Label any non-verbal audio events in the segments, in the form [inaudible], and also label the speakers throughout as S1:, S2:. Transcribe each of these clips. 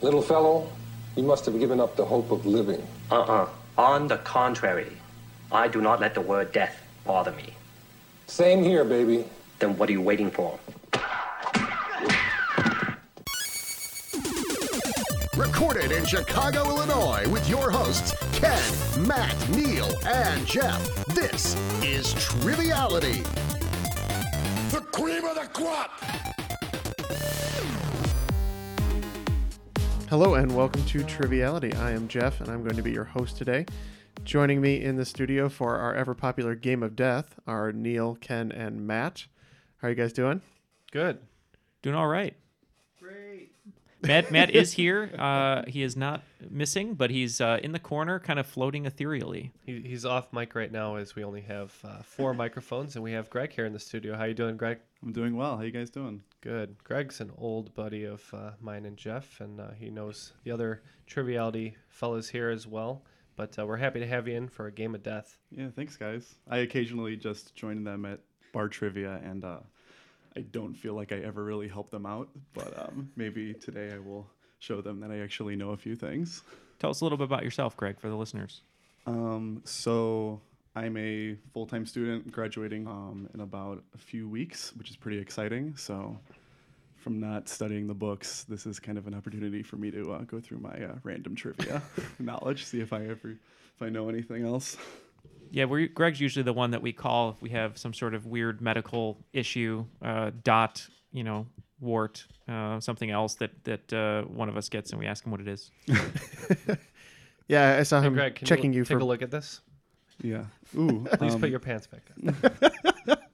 S1: Little fellow, you must have given up the hope of living.
S2: Uh-uh. On the contrary, I do not let the word death bother me.
S1: Same here, baby.
S2: Then what are you waiting for?
S3: Recorded in Chicago, Illinois, with your hosts, Ken, Matt, Neil, and Jeff. This is Triviality. The cream of the crop!
S4: Hello and welcome to Triviality. I am Jeff and I'm going to be your host today. Joining me in the studio for our ever popular game of death are Neil, Ken, and Matt. How are you guys doing?
S5: Good. Doing all right. Great. Matt,
S6: [laughs]
S5: Matt is here. Uh, he is not missing, but he's uh, in the corner, kind of floating ethereally.
S6: He, he's off mic right now as we only have uh, four microphones and we have Greg here in the studio. How you doing, Greg?
S7: I'm doing well. How you guys doing?
S6: Good. Greg's an old buddy of uh, mine and Jeff, and uh, he knows the other triviality fellas here as well. But uh, we're happy to have you in for a game of death.
S7: Yeah, thanks guys. I occasionally just join them at bar trivia, and uh, I don't feel like I ever really help them out. But um, maybe today I will show them that I actually know a few things.
S5: Tell us a little bit about yourself, Greg, for the listeners.
S7: Um, so I'm a full-time student graduating um, in about a few weeks, which is pretty exciting. So from not studying the books, this is kind of an opportunity for me to uh, go through my uh, random trivia [laughs] knowledge, see if I ever if I know anything else.
S5: Yeah, we're, Greg's usually the one that we call if we have some sort of weird medical issue, uh, dot, you know, wart, uh, something else that that uh, one of us gets, and we ask him what it is.
S4: [laughs] Yeah, I saw
S6: Hey,
S4: him
S6: Greg, can
S4: checking
S6: you,
S4: you,
S6: take
S4: for.
S6: a look at this?
S7: [laughs] Yeah. Ooh.
S6: Please
S7: um, oh
S6: put your pants back down.
S7: [laughs]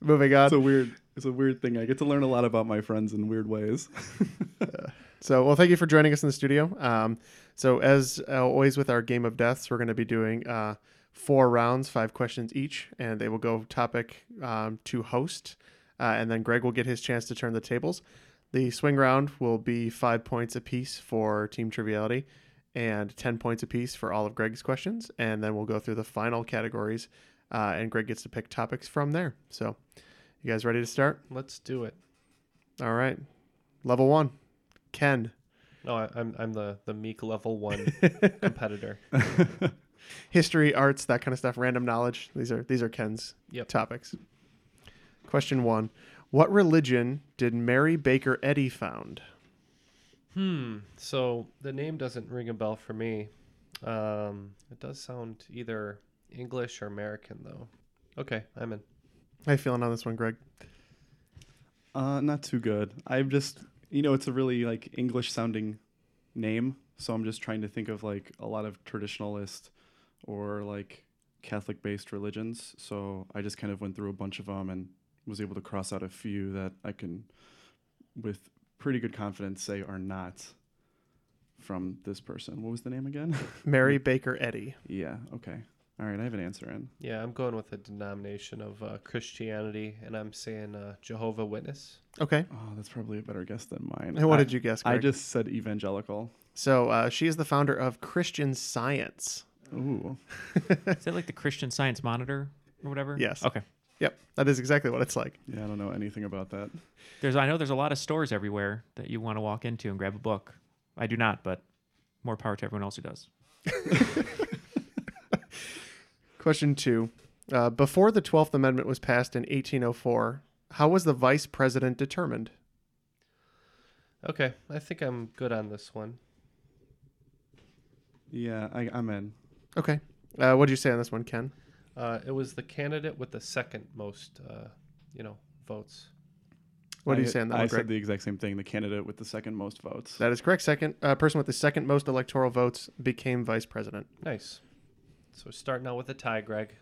S4: Moving on.
S7: It's a weird. It's a weird thing. I get to learn a lot about my friends in weird ways. [laughs]
S4: So, well, thank you for joining us in the studio. Um, so, as uh, always with our game of deaths, we're going to be doing uh, four rounds, five questions each, and they will go topic um, to host, uh, and then Greg will get his chance to turn the tables. The swing round will be five points apiece for Team Triviality and 10 points apiece for all of Greg's questions, and then we'll go through the final categories, uh, and Greg gets to pick topics from there. So, you guys ready to start?
S6: Let's do it.
S4: All right. Level one, Ken.
S6: No, I, I'm I'm the the meek
S4: [laughs]
S6: level one competitor.
S4: history, arts, that kind of stuff, random knowledge. These are these are Ken's
S6: Yep.
S4: topics. Question one: What religion did Mary Baker Eddy found?
S6: Hmm. So the name doesn't ring a bell for me. Um, it does sound either English or American though. Okay, I'm in.
S4: How you feeling on this one, Greg?
S7: Uh, not too good. I'm just, you know, it's a really like English sounding name, so I'm just trying to think of like a lot of traditionalist or like Catholic based religions. So I just kind of went through a bunch of them and was able to cross out a few that I can, with pretty good confidence, say are not from this person. What was the name again? [laughs] Mm.
S4: Mary Baker Eddy.
S7: yeah. Okay. All right. I have an answer in.
S6: Yeah, I'm going with a denomination of uh, Christianity, and I'm saying uh, Jehovah Witness.
S4: Okay.
S7: Oh, that's probably a better guess than mine.
S4: And what
S7: I-
S4: did you guess,
S7: I
S4: Greg?
S7: just said evangelical.
S4: So uh, she is the founder of Christian Science.
S7: Ooh.
S5: Is that like the Christian Science Monitor or whatever?
S4: [laughs] Yes.
S5: Okay.
S4: Yep, that is exactly what it's like.
S7: Yeah, I don't know anything about that.
S5: There's I know there's a lot of stores everywhere that you want to walk into and grab a book. I do not, but more power to everyone else who does.
S4: Question two: Uh, before the 12th Amendment was passed in 1804, how was the vice president determined?
S6: Okay, I think I'm good on this one.
S7: Yeah, I, I'm in.
S4: Okay. Uh, what did you say on this one, Ken?
S6: Uh, it was the candidate with the second most, uh, you know, votes.
S4: What
S7: I,
S4: do you say on that
S7: I
S4: one,
S7: said
S4: Greg?
S7: the exact same thing. The candidate with the second most votes.
S4: That is correct. Second uh, person with the second most electoral votes became vice president.
S6: Nice. So starting out with a tie, Greg.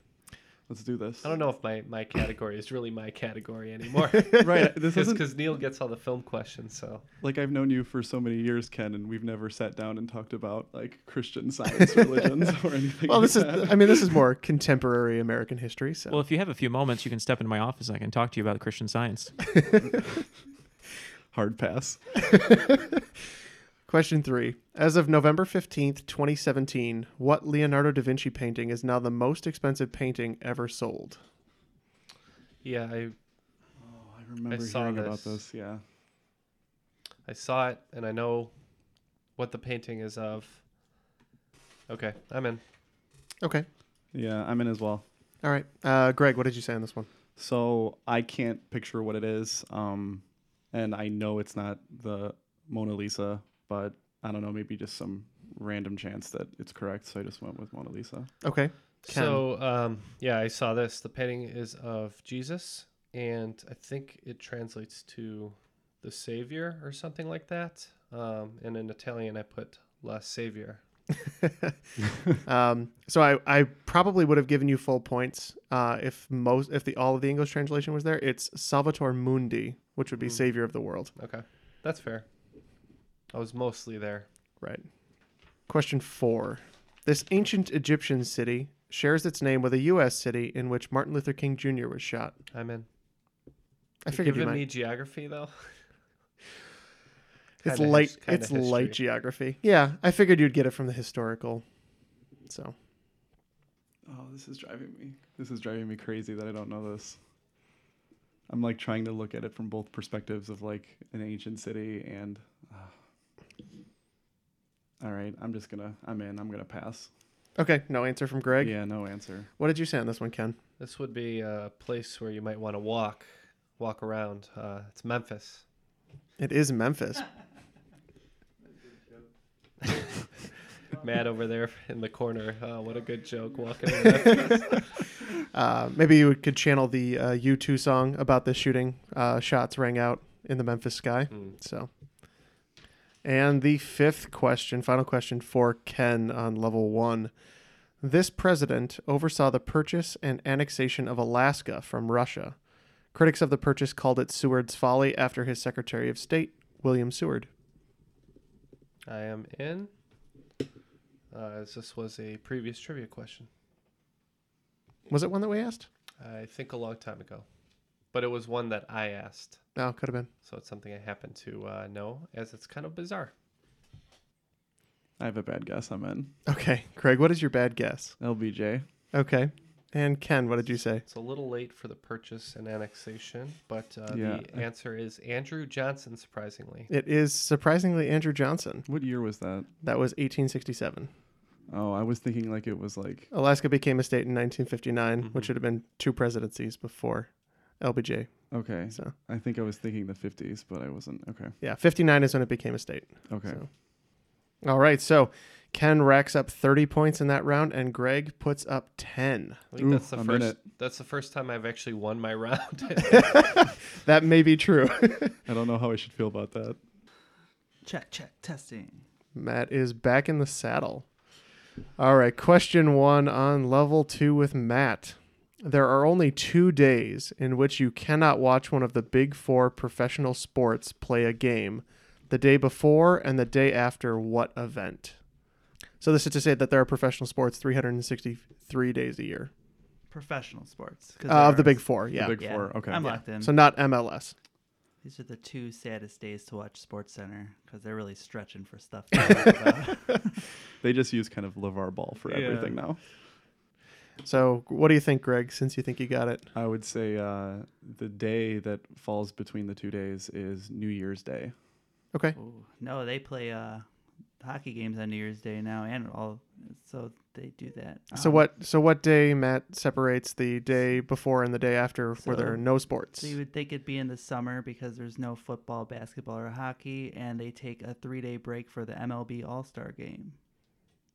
S7: Let's do this.
S6: I don't know if my, my category is really my category anymore.
S7: [laughs] Right,
S6: [laughs]
S7: this isn't-
S6: Because Neil gets all the film questions, so.
S7: Like I've known you for so many years, Ken, and we've never sat down and talked about like Christian
S4: [laughs]
S7: science religions or anything.
S4: Well,
S7: like
S4: this is.
S7: that.
S4: I mean, this is more contemporary American history. So
S5: Well, if you have a few moments, you can step into my office and I can talk to you about Christian science.
S7: Hard pass.
S4: [laughs] Question three. As of November 15th, 2017, what Leonardo da Vinci painting is now the most expensive painting ever sold?
S6: Yeah, I,
S7: Oh, I remember
S6: saw
S7: hearing about
S6: this.
S7: this. Yeah.
S6: I saw it and I know what the painting is of. Okay, I'm in.
S4: Okay.
S7: Yeah, I'm in as well.
S4: All right. Uh, Greg, what did you say on this one?
S7: So I can't picture what it is. Um, and I know it's not the Mona Lisa, but I don't know, maybe just some random chance that it's correct. So I just went with Mona Lisa.
S4: Okay. Ken.
S6: So, um, yeah, I saw this. The painting is of Jesus, and I think it translates to the Savior or something like that. Um, and in Italian, I put La
S4: [laughs]
S6: Savior.
S4: um, so I, I probably would have given you full points uh, if most if the all of the English translation was there. It's Salvator Mundi, which would be Savior of the World.
S6: Hmm. Okay, that's fair. I was mostly there.
S4: Right. Question four. This ancient Egyptian city shares its name with a U.S. city in which Martin Luther King Jr. was shot.
S6: I'm in.
S4: I figured you
S6: giving
S4: might.
S6: me geography though.
S4: it's
S6: Kinda
S4: light.
S6: his- kinda
S4: It's light
S6: history.
S4: geography. Yeah, I figured you'd get it from the historical. So
S7: Oh, this is driving me. This is driving me crazy that I don't know this. I'm like trying to look at it from both perspectives of like an ancient city and. uh, all right, I'm just gonna. I'm in. I'm gonna pass.
S4: okay, no answer from Greg.
S7: Yeah, no answer.
S4: What did you say on this one, Ken?
S6: This would be a place where you might want to walk, walk around. Uh, it's Memphis.
S4: It is Memphis.
S6: Matt over there in the corner. Oh, what a good joke walking in Memphis. [laughs]
S4: Uh, maybe you could channel the uh, U2 song about the shooting. Uh, shots rang out in the Memphis sky. So, and the fifth question, final question for Ken on level one. This president oversaw the purchase and annexation of Alaska from Russia. Critics of the purchase called it Seward's folly after his Secretary of State, William Seward.
S6: I am in. Uh, as this was a previous trivia question,
S4: Was it one that we asked?
S6: I think a long time ago, but it was one that I asked,
S4: No, could have been.
S6: so it's something I happen to uh, know, as it's kind of bizarre.
S7: I have a bad guess. I'm in.
S4: Okay, Craig, what is your bad guess?
S7: LBJ.
S4: Okay. And Ken, what did you say?
S6: It's a little late for the purchase and annexation, but uh,
S7: Yeah,
S6: the answer is Andrew Johnson, surprisingly.
S4: It is surprisingly Andrew Johnson.
S7: What year was that?
S4: That was 1867.
S7: Oh, I was thinking like it was like
S4: Alaska became a state in 1959,
S7: Mm-hmm.
S4: which would have been two presidencies before LBJ.
S7: okay.
S4: So.
S7: I think I was thinking the 50s, but I wasn't. Okay.
S4: Yeah, 59 is when it became a state.
S7: Okay.
S4: So. All right, so Ken racks up 30 points in that round, and Greg puts up 10.
S6: I think
S7: Ooh,
S6: that's the
S7: I'm in
S6: first.
S7: it.
S6: That's the first time I've actually won my [laughs] round.
S4: That may be true. [laughs]
S7: I don't know how I should feel about that.
S8: Check, check, testing.
S4: Matt is back in the saddle. All right, question one on level two with Matt. There are only two days in which you cannot watch one of the big four professional sports play a game the day before and the day after what event? So, this is to say that there are professional sports 363 days a year
S8: Professional sports. 'cause
S4: uh,
S8: there
S4: of the
S8: are-
S4: big four. Yeah.
S7: big Yeah, four, okay.
S8: I'm
S4: Yeah.
S8: locked in.
S4: So, not MLS.
S8: These are the two saddest days to watch Sports Center because they're really stretching for stuff. to talk about.
S4: [laughs]
S8: [laughs]
S7: They just use kind of LeVar Ball for
S8: Yeah.
S7: everything now.
S4: So, what do you think, Greg, since you think you got it?
S7: I would say uh, the day that falls between the two days is New Year's Day.
S4: Okay.
S8: Ooh, no, they play uh, hockey games on New Year's Day now and all so they do that.
S4: So
S8: Um,
S4: what? So what day, Matt, separates the day before and the day after where there
S8: So-
S4: are no sports?
S8: So you would think it'd be in the summer because there's no football, basketball, or hockey, and they take a three-day break for the MLB All-Star Game.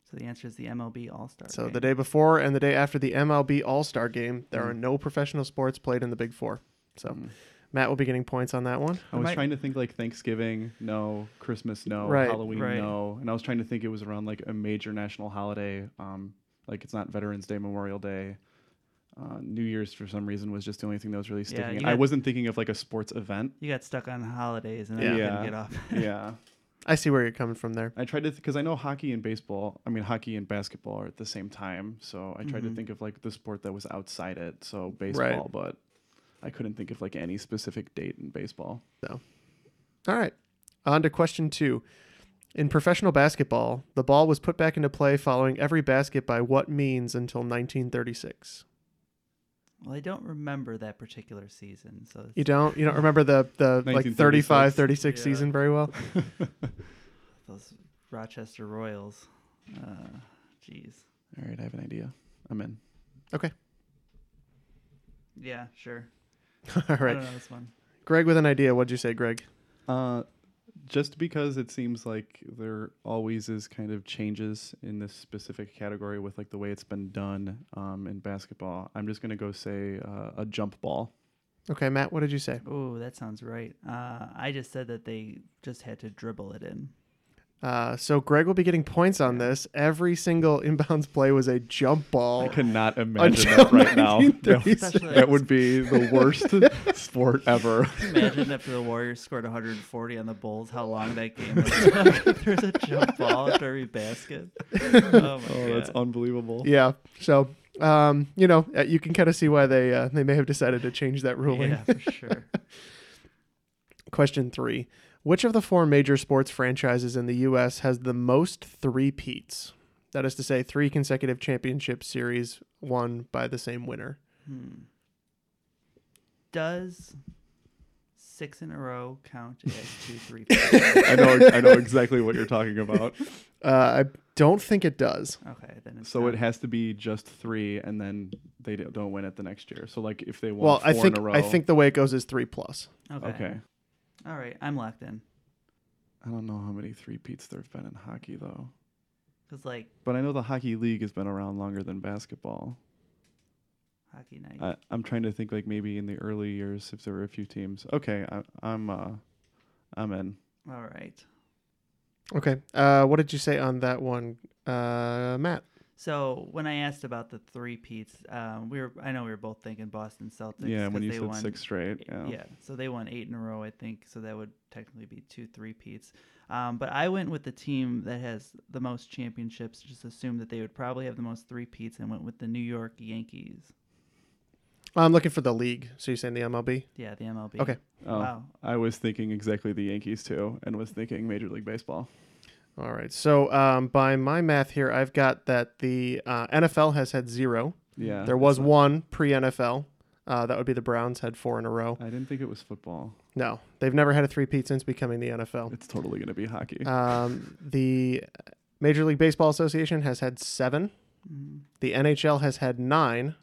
S8: So the answer is the MLB All-Star.
S4: So
S8: Game.
S4: the day before and the day after the MLB All Star Game, there are no professional sports played in the Big Four. So Matt will be getting points on that one.
S7: I was trying to think like Thanksgiving, no. Christmas, no.
S4: Right,
S7: Halloween,
S4: right.
S7: no. And I was trying to think it was around like a major national holiday. Um, like it's not Veterans Day, Memorial Day. Uh, New Year's for some reason was just the only thing that was really sticking.
S8: you
S7: I
S8: got-
S7: wasn't thinking of like a sports event.
S8: You got stuck on holidays and then you couldn't get [laughs] off.
S7: yeah.
S4: I see where you're coming from there.
S7: I tried to because I know hockey and baseball. I mean, hockey and basketball are at the same time, so I tried to
S4: Mm-hmm.
S8: Mhm.
S7: think of like the sport that was outside it. So baseball, but I couldn't think of like any specific date in baseball.
S4: No. All right. On to question two. In professional basketball, the ball was put back into play following every basket by what means until 1936?
S8: Well, I don't remember that particular season, so it's-
S4: You don't you don't remember the the like 35 36
S8: Yeah.
S4: season
S7: [laughs]
S4: very well?
S8: Those Rochester Royals. Uh, Jeez.
S7: All right, I have an idea. I'm in.
S4: Okay.
S8: yeah, sure.
S4: [laughs] All right.
S8: I don't know this one.
S4: Greg with an idea. What'd you say, Greg?
S7: Uh, just because it seems like there always is kind of changes in this specific category with like the way it's been done um, in basketball, I'm just gonna go say uh, a jump ball.
S4: Okay, Matt, what did you say?
S8: Oh, that sounds right. Uh, I just said that they just had to dribble it in.
S4: Uh, so Greg will be getting points on this. Every single [laughs] inbounds play was a jump ball.
S7: I could not imagine that right now. [laughs] That, would- that would be the worst
S4: [laughs]
S7: sport ever.
S8: [laughs] Imagine after the Warriors scored 140 on the Bulls, how long that game [laughs] was. There's a jump ball after
S4: [laughs]
S8: every basket. Oh, my
S7: Oh,
S8: God.
S7: that's unbelievable.
S4: Yeah. So, um, you know, uh, you can kind of see why they uh, they may have decided to change that ruling.
S8: Yeah, for sure.
S4: [laughs] Question three: Which of the four major sports franchises in the U.S. has the most three peats? That is to say, three consecutive championship series won by the same winner.
S8: Hmm. Does six in a row count as two three?
S7: I know [laughs] I know exactly what you're talking about.
S4: [laughs] Uh, I don't think it does.
S8: Okay, then it's
S7: So it has to be just three, and then they d- don't win it the next year. So like if they won
S4: Well,
S7: four
S4: I
S7: in
S4: think
S7: a row,
S4: I think the way it goes is three plus.
S8: Okay.
S7: Okay.
S8: All right, I'm locked in.
S7: I don't know how many three peats there've been in hockey though.
S8: Cause like
S7: But I know the hockey league has been around longer than basketball.
S8: hockey night.
S7: I, I'm trying to think like maybe in the early years if there were a few teams. Okay, I, I'm uh, I'm in.
S8: All right.
S4: Okay. Uh, what did you say on that one, uh, Matt?
S8: So when I asked about the three peats, um, we were I know we were both thinking Boston Celtics.
S7: Yeah, when
S8: 'cause
S7: you
S8: they
S7: said
S8: won- e-,
S7: six straight, yeah.
S8: so they won eight in a row, I think. So that would technically be two three peats. Um, but I went with the team that has the most championships. Just assumed that they would probably have the most three peats, and went with the New York Yankees.
S4: I'm looking for the league. So you're saying the MLB?
S8: Yeah, the MLB.
S4: Okay.
S7: Oh,
S8: Wow.
S7: I was thinking exactly the Yankees too, and was thinking Major League Baseball.
S4: All right. So um, by my math here, I've got that the uh, NFL has had zero.
S7: Yeah,
S4: There was one pre NFL. Uh, that would be the Browns had four in a row.
S7: I didn't think it was football.
S4: No, they've never had a three peat since becoming the NFL.
S7: It's totally gonna be hockey.
S4: Um, the Major League Baseball Association has had seven.
S8: Mhm.
S4: The NHL has had nine,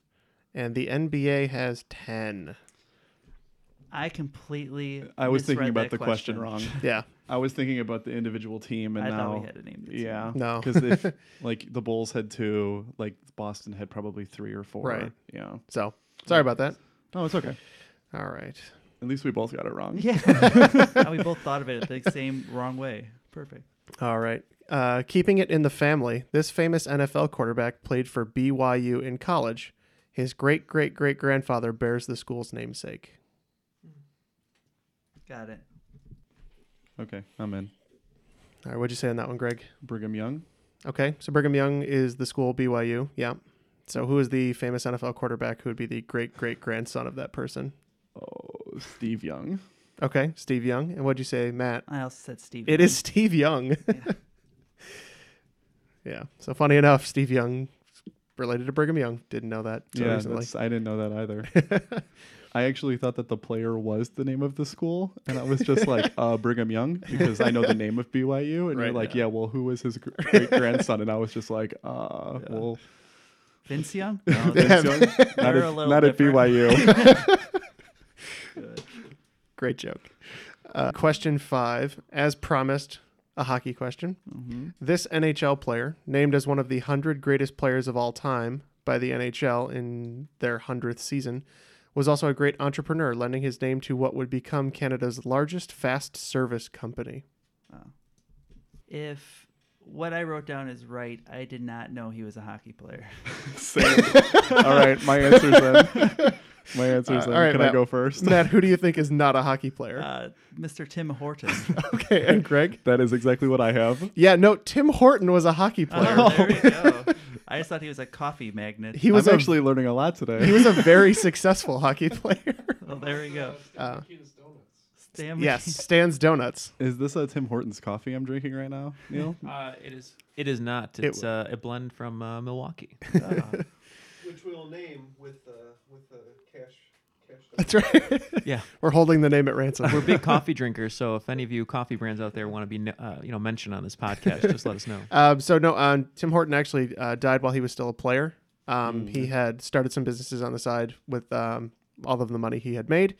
S4: and the NBA has ten.
S8: I completely.
S7: I was thinking
S8: misread
S7: about
S8: that
S7: the question, wrong.
S8: [laughs]
S4: Yeah.
S7: [laughs] I was thinking about the individual team, and
S8: I
S7: now
S8: thought we had to name the team.
S7: yeah, [laughs]
S4: No.
S7: because
S4: [laughs]
S7: if like the Bulls had two, like Boston had probably three or four.
S4: Right.
S7: Yeah.
S4: So sorry about that.
S7: No, Oh, it's okay.
S4: All right.
S7: At least we both got it wrong. [laughs]
S8: Yeah. [laughs] we both thought of it the same wrong way. Perfect.
S4: All right. Uh, keeping it in the family, this famous NFL quarterback played for BYU in college. His great great great grandfather bears the school's namesake.
S8: Got it.
S7: okay, I'm in.
S4: All right, what'd you say on that one, Greg?
S7: Brigham Young.
S4: Okay, so Brigham Young is the school BYU. Yeah. So who is the famous NFL quarterback who would be the great great grandson of that person?
S7: Oh, Steve Young.
S4: Okay, Steve Young. And what'd you say, Matt?
S8: I also said Steve.
S4: It
S8: Young.
S4: is Steve Young. [laughs] yeah. So funny enough, Steve Young related to Brigham Young. Didn't know that. till
S7: yeah,
S4: recently.
S7: that's, I didn't know that either. I actually thought that the player was the name of the school, and I was just like uh, Brigham Young because I know the name of BYU, and
S5: Right,
S7: you're like, yeah. well, who was his great grandson? And I was just like, uh, well,
S8: Vince Young?
S7: [laughs] No,
S8: No,
S7: Vince
S8: they're-
S7: Young?
S8: [laughs]
S7: not
S8: they're a
S7: at,
S8: little
S7: not at
S8: different.
S7: BYU.
S4: Great joke. Uh, question five. As promised, a hockey question.
S8: Mm-hmm.
S4: This NHL player, named as one of the 100 greatest players of all time by the NHL in their 100th season, was also a great entrepreneur, lending his name to what would become Canada's largest fast service company.
S8: [laughs] If what I wrote down is right, I did not know he was a hockey player.
S7: [laughs] Same. All right, my answer's in. My answer's in. Can I
S4: Uh, Matt-
S7: go first?
S4: Matt, who do you think is not a hockey player?
S8: Uh, Mr. Tim Horton.
S4: [laughs] okay, and Greg?
S7: That is exactly what I have.
S4: Yeah, no, Tim Horton was a hockey player.
S8: [laughs] Oh, there we go. I just thought he was a coffee
S4: [laughs]
S8: magnet.
S4: He was
S7: I'm
S4: a-
S7: actually learning a lot today.
S4: He was a
S7: [laughs]
S4: very successful hockey player.
S8: Well, Oh, there we go.
S4: Uh,
S8: Stan
S4: yes, Stan's Donuts.
S7: Is this a Tim Hortons coffee I'm drinking right now,
S8: [laughs]
S7: Neil?
S5: Uh, it is. It is not.
S7: It
S5: It's uh, a blend from uh, Milwaukee. Uh,
S6: Which we'll name with the with the cash cash.
S4: That's right.
S5: Yeah.
S4: We're holding the name at ransom.
S5: We're
S4: [laughs]
S5: big coffee drinkers, so if any of you coffee brands out there want to be, uh, you know, mentioned on this podcast, just let us know.
S4: Um, so no, um, Tim Horton actually uh, died while he was still a player. Um,
S7: Mm.
S4: He had started some businesses on the side with um, all of the money he had made,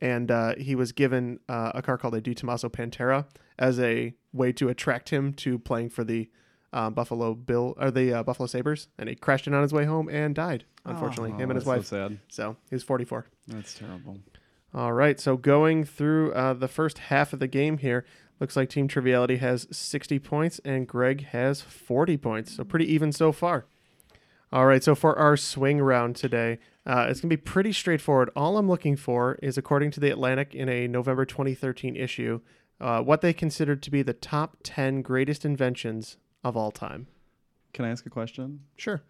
S4: and uh, he was given uh, a car called a Di Tommaso Pantera as a way to attract him to playing for the uh, Buffalo Bill or the uh, Buffalo Sabers, and he crashed in on his way home and died. Unfortunately,
S7: Oh.
S4: him and his
S7: Oh,
S4: wife.
S7: that's so sad.
S4: So he was 44.
S7: That's terrible.
S4: All right, so going through uh, the first half of the game here, looks like Team Triviality has 60 points and Greg has 40 points, so pretty even so far. All right, so for our swing round today, uh, it's going to be pretty straightforward. All I'm looking for is, according to The Atlantic in a November 2013 issue, uh, what they considered to be the top 10 greatest inventions of all time.
S7: Can I ask a question?
S4: Sure.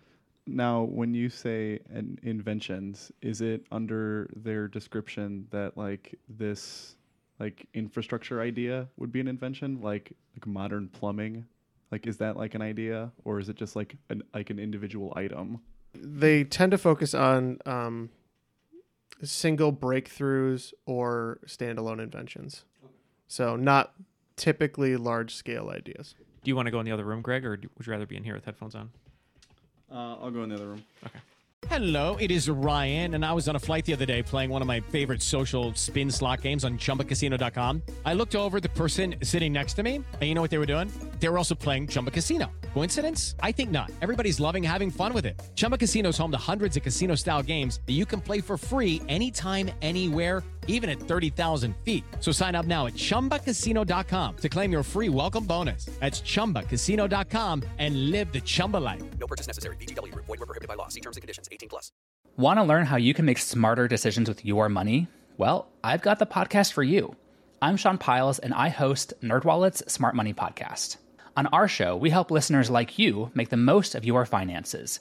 S7: Now, when you say an inventions, is it under their description that like this like infrastructure idea would be an invention, like like modern plumbing? Like is that like an idea or is it just like an like an individual item?
S4: they tend to focus on um, single breakthroughs or standalone inventions. So not typically large scale ideas. [laughs]
S5: Do you want to go in the other room, Greg, or do- would you rather be in here with headphones on?
S7: Uh, I'll go in the other room.
S5: Okay.
S9: Hello, it is Ryan, and I was on a flight the other day playing one of my favorite social spin slot games on chumbacasino.com. I looked over at the person sitting next to me, and you know what they were doing? They were also playing Chumba Casino. Coincidence? I think not. Everybody's loving having fun with it. Chumba Casino is home to hundreds of casino style games that you can play for free anytime, anywhere, even at 30,000 feet. So sign up now at chumbacasino.com to claim your free welcome bonus. That's chumbacasino.com and live the Chumba life.
S10: No purchase necessary. VGW Group. Void were prohibited by law. See terms and conditions. 18 plus.
S11: Want to learn how you can make smarter decisions with your money? Well, I've got the podcast for you. I'm Sean Piles, and I host NerdWallet's Smart Money Podcast. On our show, we help listeners like you make the most of your finances.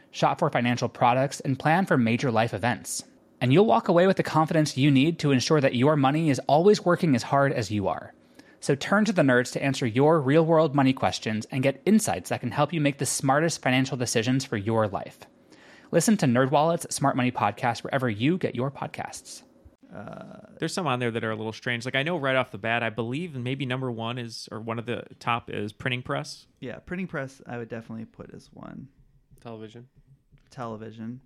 S11: shop for financial products, and plan for major life events. And you'll walk away with the confidence you need to ensure that your money is always working as hard as you are. So turn to the nerds to answer your real world money questions and get insights that can help you make the smartest financial decisions for your life. Listen to NerdWallet's Smart Money Podcast wherever you get your podcasts.
S5: There's some on there that are a little strange. Like I know right off the bat, I believe maybe number one is or one of the top is printing press.
S8: Yeah, printing press I would definitely put as one.
S6: Television,
S8: Television,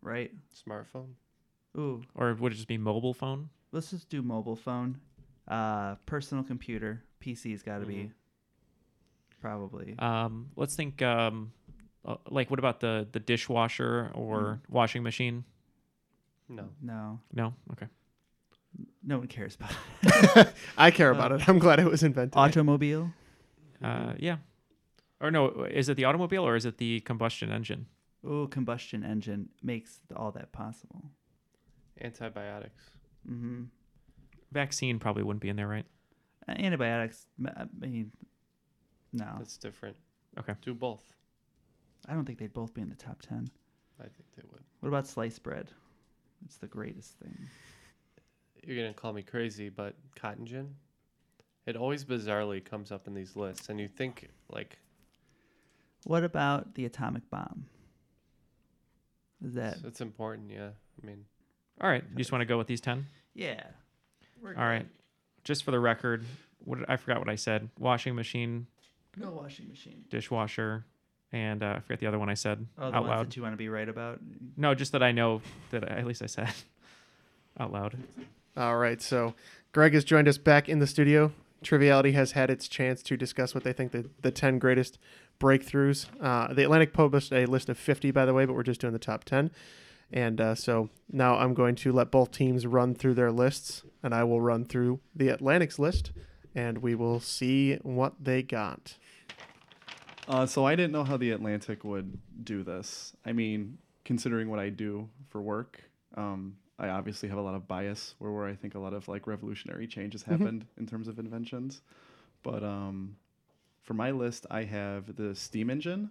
S8: right?
S6: smartphone.
S8: Ooh,
S5: Or would it just be mobile phone?
S8: let's just do mobile phone. Uh, personal computer, PC's got to be
S4: Mm-hmm.
S8: probably.
S4: Uh,
S5: Um, let's think. Um, uh, like what about the the dishwasher or
S8: Hmm.
S5: washing machine?
S6: No.
S8: No.
S5: No. Okay.
S8: No one cares about Oh.
S4: it. [laughs] I care about it. I'm glad it was invented.
S8: Automobile.
S5: Uh, yeah. Or no, is it the automobile or is it the combustion engine?
S8: Ooh, combustion engine makes all that possible.
S6: Antibiotics.
S8: Mm-hmm.
S5: Vaccine probably wouldn't be in there, right?
S8: Antibiotics. I mean, no.
S6: That's different.
S5: Okay.
S6: Do both.
S8: I don't think they'd both be in the top ten.
S6: I think they would.
S8: What about sliced bread? It's the greatest thing.
S6: You're gonna call me crazy, but cotton gin, it always bizarrely comes up in these lists, and you think like
S8: What about the atomic bomb? Is that
S6: it's important. Yeah, I mean,
S5: All right. You just want to go with these 10?
S8: yeah?
S5: All right. Just for the record, what did- I forgot what I said. Washing machine,
S8: No washing machine.
S5: dishwasher, and uh, I forget the other one I said
S8: Oh, the
S5: out
S8: ones
S5: loud.
S8: that you want to be right about.
S5: No, just that I know that I, at least I said [laughs] out loud.
S8: Uh,
S4: All right, so Greg has joined us back in the studio. Triviality has had its chance to discuss what they think the, the 10 greatest breakthroughs. Uh, the Atlantic published a list of 50, by the way, but we're just doing the top 10. And uh, so now I'm going to let both teams run through their lists, and I will run through the Atlantic's list, and we will see what they got.
S7: Uh, so I didn't know how the Atlantic would do this. I mean, considering what I do for work, um, I obviously have a lot of bias where, where I think a lot of like revolutionary change has
S12: Mhm.
S7: happened in terms of inventions. But um, for my list, I have the steam engine.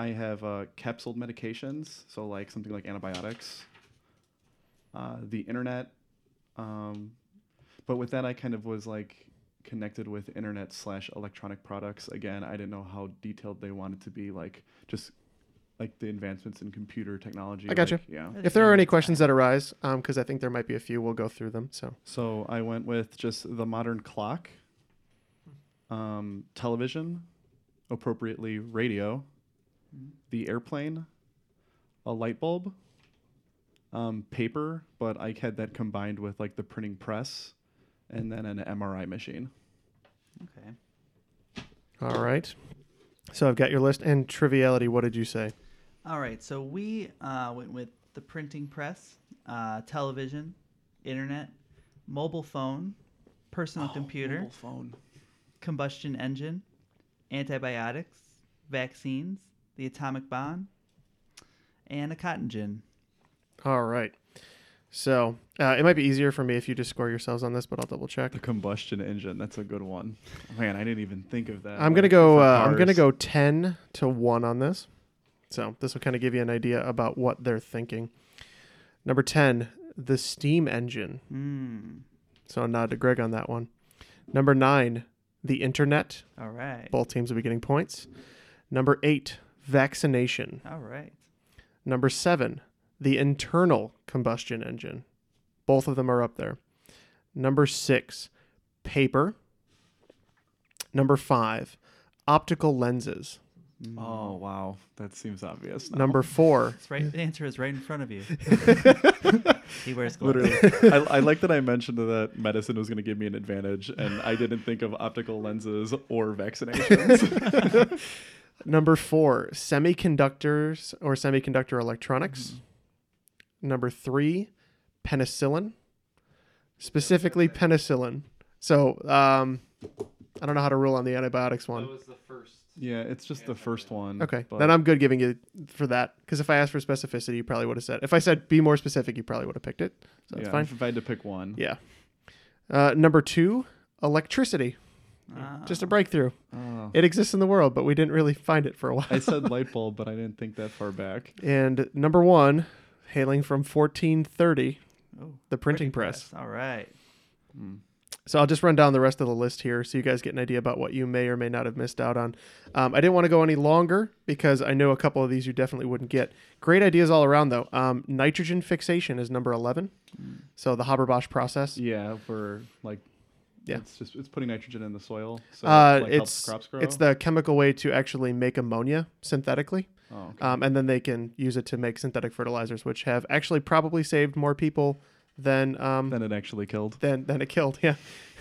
S7: I have uh, capsuled medications, so like something like antibiotics. Uh, the internet, um, but with that, I kind of was like connected with internet slash electronic products. Again, I didn't know how detailed they wanted to be, like just like the advancements in computer technology.
S4: I got
S7: like,
S4: you.
S7: Yeah.
S4: If there are any questions that arise, because I think there might be a few, we'll go through them. So
S7: So I went with just the modern clock, um, television, appropriately radio, the airplane, a light bulb, um, paper, but I had that combined with like the printing press, and then an MRI machine.
S8: Okay.
S4: All right. So I've got your list. And triviality, what did you say?
S8: All right. So we uh, went with the printing press, uh, television, internet, mobile phone, personal computer,
S7: Oh, mobile phone,
S8: combustion engine, antibiotics, vaccines, the atomic bomb, and a cotton gin.
S4: All right. So uh, it might be easier for me if you just score yourselves on this, but I'll double check.
S7: The combustion engine. That's a good one. Man, I didn't even think of that.
S4: I'm gonna
S7: like,
S4: go.
S7: for
S4: Uh, I'm gonna
S7: cars.
S4: go ten to one on this. So this will kind of give you an idea about what they're thinking. Number ten, the steam engine.
S8: Hmm.
S4: So a nod to Greg on that one. Number nine, the internet.
S8: All right.
S4: Both teams will be getting points. Number eight, vaccination.
S8: All right.
S4: Number seven, the internal combustion engine. Both of them are up there. Number six, paper. Number five, optical lenses.
S7: Oh wow, that seems obvious. now.
S4: Number four,
S8: It's right. The answer is right in front
S7: [laughs]
S8: of you. he wears gloves.
S7: Literally,
S8: [laughs]
S7: I, I like that I mentioned that medicine was going to give me an advantage, and I didn't think of optical lenses or vaccinations.
S4: number four, semiconductors or semiconductor electronics.
S7: Hmm.
S4: Number three, penicillin, specifically penicillin. So um, I don't know how to rule on the antibiotics one.
S6: was the first.
S7: [laughs] yeah, it's just the first one.
S4: Okay,
S7: but-
S4: then I'm good giving you for that because if I asked for specificity, you probably would have said. If I said be more specific, you probably would have picked it. So that's
S7: yeah,
S4: fine.
S7: If I had to pick one,
S4: Yeah. Uh, number two, electricity.
S8: Ah.
S4: Just a breakthrough.
S7: Oh.
S4: It exists in the world, but we didn't really find it for a while. [laughs]
S7: I said light bulb, but I didn't think that far back.
S4: and number one, hailing from 1430,
S8: Oh,
S4: the printing press.
S8: All right. Hmm.
S4: So I'll just run down the rest of the list here so you guys get an idea about what you may or may not have missed out on. Um, I didn't want to go any longer because I know a couple of these you definitely wouldn't get. Great ideas all around, though. Um, nitrogen fixation is number 11.
S8: Hmm.
S4: So the Haber Bosch process.
S7: Yeah, for like,
S4: Yeah.
S7: it's just it's putting nitrogen in the soil, so
S4: uh,
S7: it, like, helps
S4: it's
S7: crops grow.
S4: it's the chemical way to actually make ammonia synthetically,
S7: Oh, okay.
S4: um, and then they can use it to make synthetic fertilizers, which have actually probably saved more people than um,
S7: than it actually killed.
S4: Than than it killed, [laughs] yeah,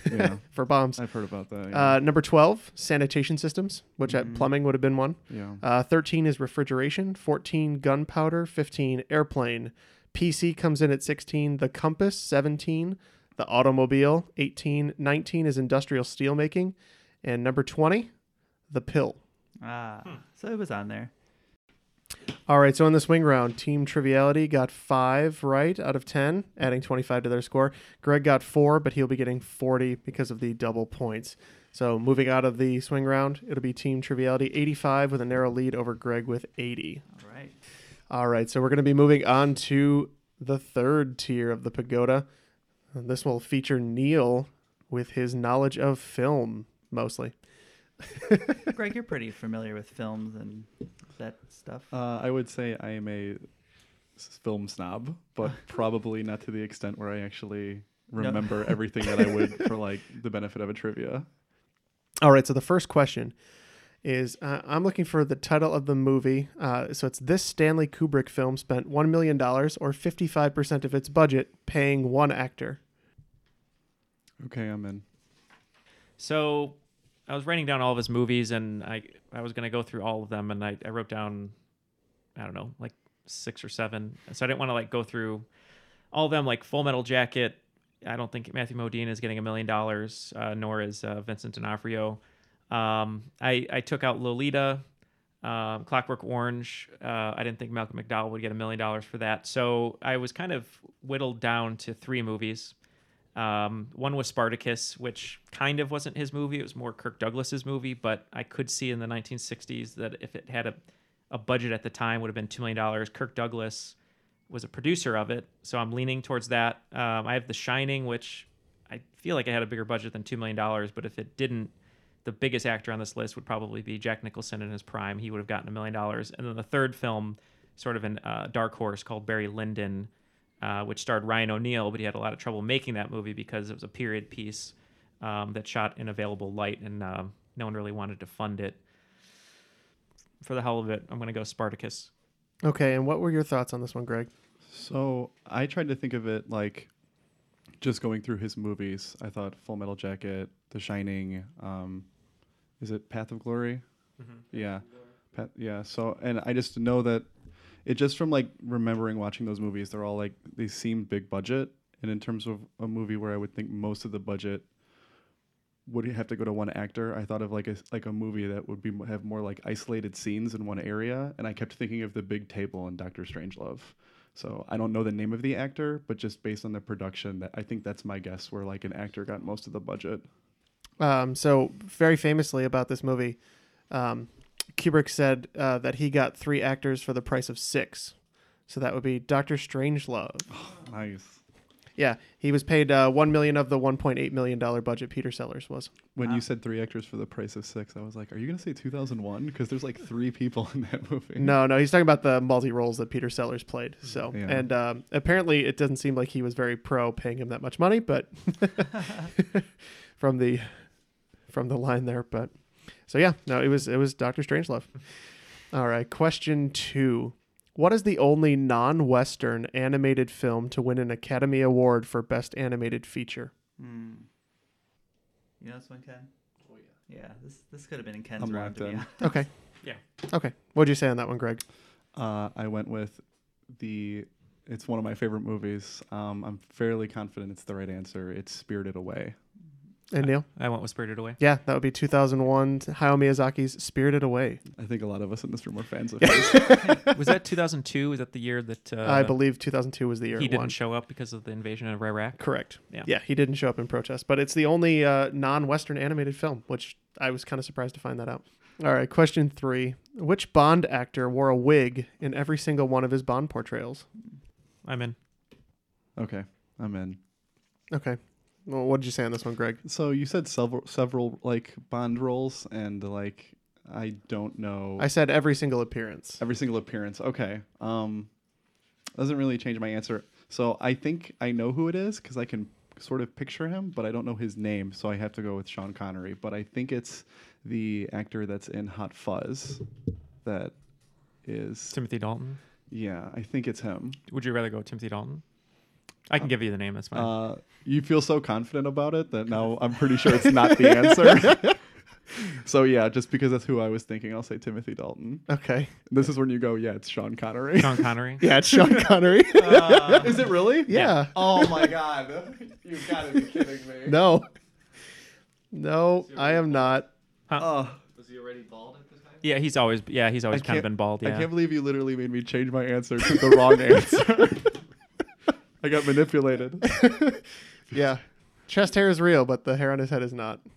S7: Yeah.
S4: for bombs.
S7: I've heard about that. yeah.
S4: Uh, number 12, sanitation systems, which at plumbing would have been one.
S7: Yeah.
S4: Uh, 13 is refrigeration, 14, gunpowder, 15, airplane. PC comes in at 16, the compass, 17, the automobile, 18, 19 is industrial steelmaking, and number 20, the pill.
S8: Ah, so it was on there.
S4: All right, so in the swing round, Team Triviality got five right out of 10, adding 25 to their score. Greg got four, but he'll be getting 40 because of the double points. So moving out of the swing round, it'll be Team Triviality 85 with a narrow lead over Greg with 80.
S8: All right.
S4: All right, so we're going to be moving on to the third tier of the pagoda. And this will feature Neil with his knowledge of film mostly.
S8: Greg, you're pretty familiar with films and that stuff.
S7: Uh, I would say I am a s- film snob, but probably not to the extent where I actually
S8: No.
S7: remember everything that I would for like the benefit of a trivia.
S4: All right. So the first question is uh, I'm looking for the title of the movie. Uh, so it's this Stanley Kubrick film spent $1 million or 55% of its budget paying one actor.
S7: Okay, I'm in.
S5: So I was writing down all of his movies, and I I was gonna go through all of them, and I, I wrote down I don't know like six or seven. So I didn't want to like go through all of them like Full Metal Jacket. I don't think Matthew Modine is getting a million dollars, uh, nor is uh, Vincent D'Onofrio. Um, I I took out Lolita, um, Clockwork Orange. Uh, I didn't think Malcolm McDowell would get a million dollars for that, so I was kind of whittled down to three movies. Um, one was Spartacus, which kind of wasn't his movie. It was more Kirk Douglas's movie, but I could see in the 1960s that if it had a, a budget at the time, would have been $2 million. Kirk Douglas was a producer of it, so I'm leaning towards that. Um, I have The Shining, which I feel like it had a bigger budget than $2 million, but if it didn't, the biggest actor on this list would probably be Jack Nicholson in his prime. He would have gotten a million dollars. And then the third film, sort of an uh, dark horse called Barry Lyndon, uh, which starred Ryan O'Neal, but he had a lot of trouble making that movie because it was a period piece um, that shot in available light, and uh, no one really wanted to fund it. For the hell of it, I'm going to
S4: [laughs]
S5: go Spartacus.
S4: Okay. And what were your thoughts on this one, Greg?
S7: So I tried to think of it like just going through his movies. I thought Full Metal Jacket, The Shining, um, is it Path of Glory? Yeah, Path, yeah. So and I just know that it just from like remembering watching those movies, they're all like they seem big budget. And in terms of a movie where I would think most of the budget would have to go to one actor. I thought of like a like a movie that would be have more like isolated scenes in one area, and I kept thinking of the Big Table and Doctor Strangelove. So I don't know the name of the actor, but just based on the production, that I think that's my guess where like an actor got most of the budget.
S4: Um, so very famously about this movie, um, Kubrick said uh, that he got three actors for the price of six. So that would be Doctor Strangelove.
S7: [sighs] Nice.
S4: Yeah, he was paid uh, one million of the 1.8 million dollar budget Peter Sellers was.
S7: When you said three actors for the price of six, I was like, are you gonna say 2001? Because there's like three people in that movie.
S4: No, no, he's talking about the multi roles that Peter Sellers played. So,
S7: Yeah.
S4: and um, apparently, it doesn't seem like he was very pro paying him that much money,
S5: [laughs]
S4: but [laughs] from the from the line there, but so yeah, no, it was it was Doctor Strangelove. All right, question two: What is the only non-Western animated film to win an Academy Award for Best Animated Feature?
S8: Hmm. You know this one, Ken? Oh yeah. Yeah. This this could have been in Ken's
S7: I'm
S8: round.
S7: locked
S8: To be
S7: in.
S8: honest.
S4: Okay.
S5: Yeah.
S4: Okay. What'd you say on that one, Greg?
S7: Uh, I went with the. It's one of my favorite movies. Um, I'm fairly confident it's the right answer. It's Spirited Away.
S4: And Neil?
S5: I went with Spirited Away.
S4: Yeah, that would be 2001 Hayao Miyazaki's Spirited Away.
S7: I think a lot of us in this room are fans
S4: [laughs]
S7: of
S5: was that 2002? Is that the year that uh,
S4: I believe 2002 was the year
S5: he
S4: it
S5: didn't
S4: won.
S5: show up because of the invasion of Iraq?
S4: Correct.
S5: Yeah.
S4: Yeah, he didn't show up in protest, but it's the only uh, non-Western animated film, which I was kind of surprised to find that out. All right, question three: Which Bond actor wore a wig in every single one of his Bond portrayals?
S5: I'm in.
S7: Okay, I'm in.
S4: Okay, well, what did you say on this one, Greg?
S7: So you said several several like Bond roles, and like I don't know.
S4: I said every single appearance.
S7: every single appearance. Okay, um, doesn't really change my answer. So I think I know who it is because I can sort of picture him, but I don't know his name, so I have to go with Sean Connery. But I think it's the actor that's in Hot Fuzz that is
S5: Timothy Dalton.
S7: Yeah, I think it's him.
S5: Would you rather go Timothy Dalton? I can give you the name. That's fine.
S7: Uh, you feel so confident about it that now I'm pretty sure it's not the answer. [laughs] so yeah, just because that's who I was thinking, I'll say Timothy Dalton.
S4: Okay.
S7: This is when you go, yeah, it's Sean Connery. [laughs]
S5: Sean Connery.
S4: Yeah, it's Sean [laughs] Connery.
S7: is it really?
S4: Uh, Yeah.
S7: Uh, Oh my god, [laughs] you've got to be kidding me.
S4: No. No, I am not.
S7: Huh?
S6: Was he already bald at the time?
S5: Yeah, he's always yeah he's always
S7: Oh. I
S5: [laughs] kind of
S7: can't-
S5: been bald. Yeah.
S7: I can't believe you literally made me change my answer to the
S5: [laughs]
S7: wrong answer. I got manipulated.
S4: yeah, chest hair is real, but the hair on his head is not.
S5: [laughs]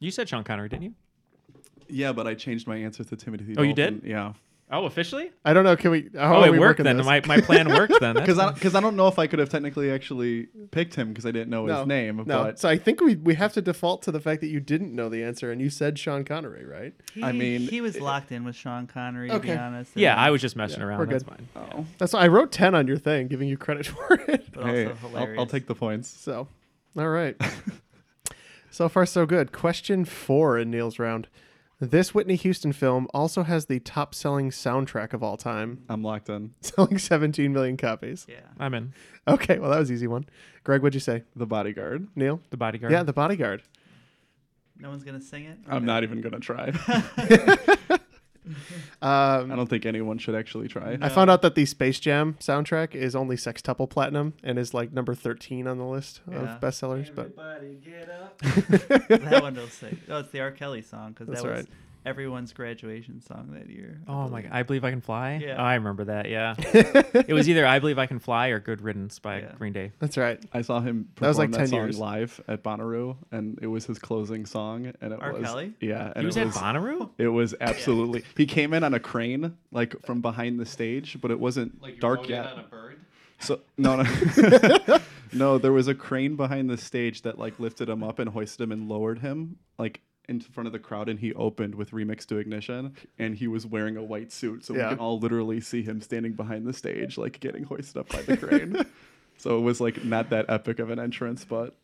S5: You said Sean Connery, didn't you?
S7: Yeah, but I changed my answer to Timothy.
S5: Oh, you
S7: Dalton.
S5: did?
S7: Yeah.
S5: Oh, officially?
S4: I don't know. Can we? How
S5: Oh,
S4: are
S5: it
S4: we
S5: worked
S4: working
S5: then.
S4: this?
S5: My- my plan
S4: [laughs]
S5: worked then. That's
S7: Because I because I don't know if I could have technically actually picked him because I didn't know his name.
S4: No.
S7: But
S4: So I think we we have to default to the fact that you didn't know the answer and you said Sean Connery, right?
S8: He, he was locked in with Sean Connery. To
S4: Okay.
S8: be honest.
S5: Yeah, I was just messing around.
S4: We're
S5: That's
S4: good.
S5: fine.
S7: Oh.
S4: That's why I wrote ten on your thing, giving you credit [laughs] for it.
S8: But also Hey,
S7: I'll- I'll, take the points.
S4: So, all
S7: [laughs]
S4: right. so far, so good. Question four in Neil's round. This Whitney Houston film also has the top selling soundtrack of all time.
S7: I'm locked in.
S4: [laughs] Selling 17 million copies. Yeah.
S5: I'm in.
S4: Okay, well, that was an easy one. Greg, what'd you say?
S7: The Bodyguard.
S4: Neil?
S5: The Bodyguard.
S4: Yeah, The Bodyguard.
S8: No one's gonna sing it.
S7: I'm not even gonna
S4: [laughs]
S7: try. [laughs] I don't think anyone should actually try.
S4: Um, I found out that the Space Jam soundtrack is only sextuple platinum and is like number 13 on the list
S8: Yeah.
S4: of bestsellers. But
S7: [laughs]
S8: that one they'll say. Oh, it's the R. Kelly song because
S4: That's
S8: that was
S4: right.
S8: everyone's graduation song that year. I
S5: Oh my!
S8: believe.
S5: God. [laughs] I believe I can fly.
S8: Yeah.
S5: Oh, I remember that.
S7: [laughs]
S5: Yeah. it was either I believe I can fly or Good Riddance by Green Day.
S4: That's right.
S7: I saw him perform
S4: That
S7: that,
S4: was like 10
S7: song
S4: years.
S7: live at Bonnaroo, and it was his closing song. And it
S8: R.
S7: was
S8: Kelly?
S7: yeah,
S5: He
S7: and
S5: was
S7: it
S5: at Bonnaroo?
S7: It was absolutely. He came in on a crane, like from behind the stage, but it wasn't dark yet. So no, no, [laughs] no. There was a crane behind the stage that like lifted him up and hoisted him and lowered him like in front of the crowd, and he opened with "Remix to Ignition," and he was wearing a white suit, so
S4: Yeah.
S7: we can all literally see him standing behind the stage, like getting hoisted up by the crane. so it was like not that epic of an entrance, but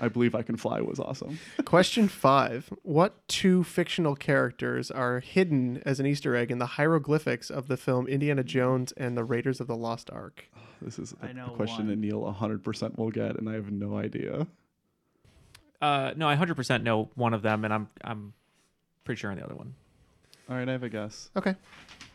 S7: I believe I can fly was awesome.
S4: Question five What two fictional characters are hidden as an Easter egg in the hieroglyphics of the film Indiana Jones and the Raiders of the Lost Ark?
S7: Oh, This is a,
S8: I know
S7: a question that Neil 100% will get, and I have no idea.
S5: Uh, no, I hundred percent know one of them, and I'm I'm pretty sure on the other one.
S7: All right, I have a guess.
S4: Okay.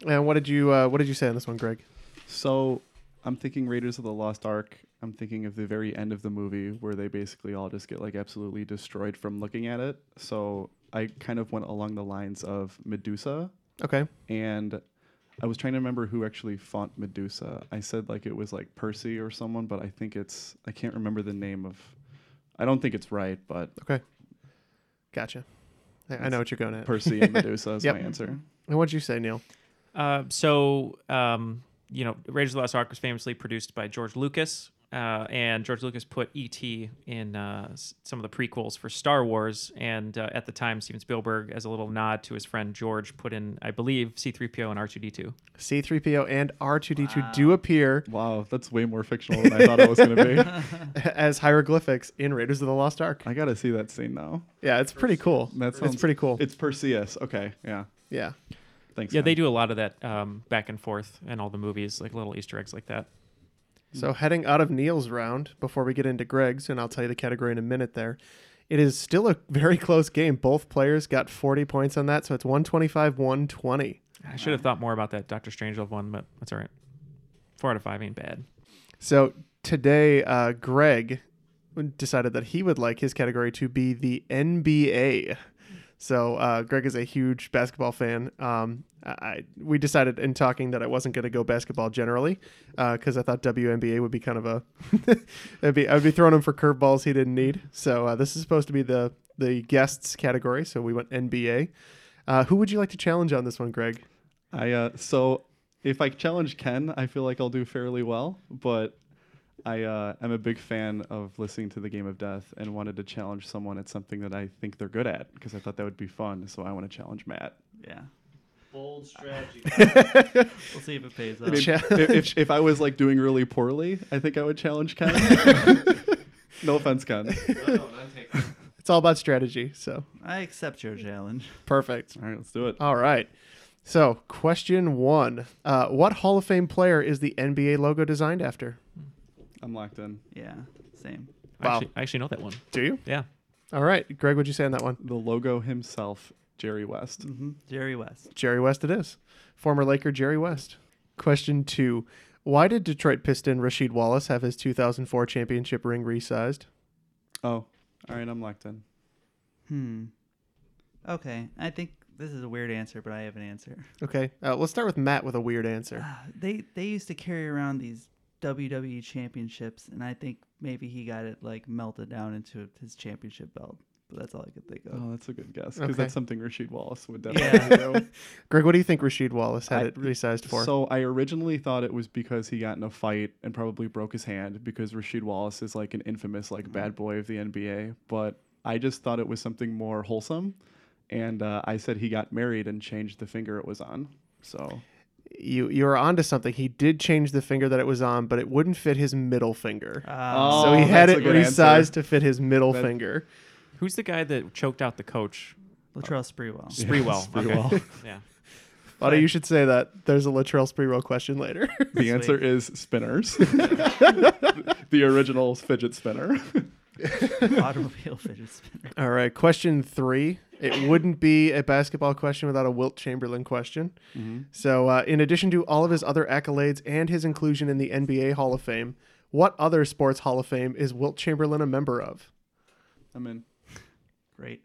S4: And what did you uh, what did you say on this one, Greg?
S7: So I'm thinking Raiders of the Lost Ark. I'm thinking of the very end of the movie where they basically all just get like absolutely destroyed from looking at it. So I kind of went along the lines of Medusa.
S4: Okay.
S7: And I was trying to remember who actually fought Medusa. I said like it was like Percy or someone, but I think it's I can't remember the name of. I don't think it's right, but
S4: Okay. Gotcha. I, I know what you're going at.
S7: Percy
S4: [laughs]
S7: and Medusa is my answer.
S4: And what'd you say, Neil?
S5: Uh, so um, you know, Raiders of the Lost Ark was famously produced by George Lucas, uh, and George Lucas put E.T. in uh, s- some of the prequels for Star Wars, and uh, at the time, Steven Spielberg, as a little nod to his friend George, put in, I believe, C-3PO and R2D2.
S4: C3PO and R2D2 do appear.
S7: Wow, that's way more fictional than I thought it was going to
S4: [laughs] as hieroglyphics in Raiders of the Lost Ark.
S7: I gotta see that scene now.
S4: Yeah, it's pretty cool.
S7: That
S4: That's
S7: sounds-
S4: it's pretty cool.
S7: be. It's Perseus. Okay, yeah.
S4: Yeah.
S7: Thanks.
S5: yeah, they do a lot of that um, back and forth in all the movies, like little Easter eggs like that.
S4: So heading out of Neil's round before we get into Greg's, and I'll tell you the category in a minute there. It is still a [laughs] very close game. Both players got 40 points on that, so it's 125 120.
S5: I should have thought more about that Doctor Strangelove one, but that's all right. Four out of five ain't bad.
S4: So today, uh, Greg decided that he would like his category to be the NBA. So uh, Greg is a huge basketball fan. Um, I- I we decided in talking that I wasn't going to go basketball generally because I thought WNBA would be kind of a [laughs] it'd be, I would be throwing him for curveballs he didn't need. So uh, this is supposed to be the the guests category. So we went NBA. Uh, who would you like to challenge on this one, Greg?
S7: I uh, so if I challenge Ken, I feel like I'll do fairly well. But I uh, am a big fan of listening to the Game of Death and wanted to challenge someone at something that I think they're good at because I thought that would be fun. So I want to challenge Matt.
S8: Yeah.
S7: [laughs]
S6: Bold strategy.
S8: we'll see if it pays
S7: I
S8: off.
S7: mean, if, if, if I was like doing really poorly, I think I would challenge Ken. no offense, Ken.
S4: It's all about strategy. So
S8: I accept your challenge.
S4: Perfect.
S7: All right, let's do it.
S4: All right. So, question one uh, What Hall of Fame player is the NBA logo designed after?
S7: I'm locked in.
S8: Yeah, same.
S5: I actually, I actually know that one.
S4: Do you?
S5: Yeah.
S4: All right. Greg, what'd you say on that one?
S7: The logo himself, Jerry West.
S8: Mm-hmm. Jerry West.
S4: Jerry West, it is. Former Laker Jerry West. Question two Why did Detroit Piston Rasheed Wallace have his 2004 championship ring resized?
S7: Oh, all right, I'm locked in.
S8: Hmm. Okay, I think This is a weird answer, but I have an answer. Uh,
S4: Okay, uh, let's start with Matt with a weird answer.
S8: Ah. They they used to carry around these WWE championships, and I think maybe he got it like melted down into his championship belt. But that's all I could think of. [laughs]
S7: Oh, that's a good guess because
S4: Okay.
S7: that's something Rasheed Wallace would [laughs] definitely know.
S4: Greg, what do you think Rasheed Wallace had
S7: I-
S4: it resized for?
S7: So I originally thought it was because he got in a fight and probably broke his hand because Rasheed Wallace is like an infamous
S4: Mm-hmm.
S7: like bad boy of the NBA, but I just thought it was something more wholesome, and uh, I said he got married and changed the finger it was on. So
S4: you you are onto something. He did change the finger that it was on, but it wouldn't fit his middle finger.
S5: Ah.
S4: Um, so
S5: Oh,
S4: he had
S5: that's
S4: it
S5: a good
S4: resized
S5: answer.
S4: to fit his middle
S5: That-
S4: finger.
S5: Who's the guy that choked out the coach?
S8: Latrell Sprewell.
S7: [laughs]
S5: Sprewell.
S4: Yeah, [laughs]
S5: okay.
S4: Sprewell.
S5: [laughs] yeah.
S4: Otto, you should say that. There's a Latrell Sprewell question later.
S7: the answer is
S4: [laughs]
S7: spinners, [laughs] the original fidget spinner. [laughs]
S8: Automobile [laughs] fidget spinner.
S4: All right, question three. It wouldn't be a basketball question without a Wilt Chamberlain question.
S7: Mhm.
S4: So, uh, in addition to all of his other accolades and his inclusion in the NBA Hall of Fame, what other sports Hall of Fame is Wilt Chamberlain a member of?
S7: I'm in.
S8: Great.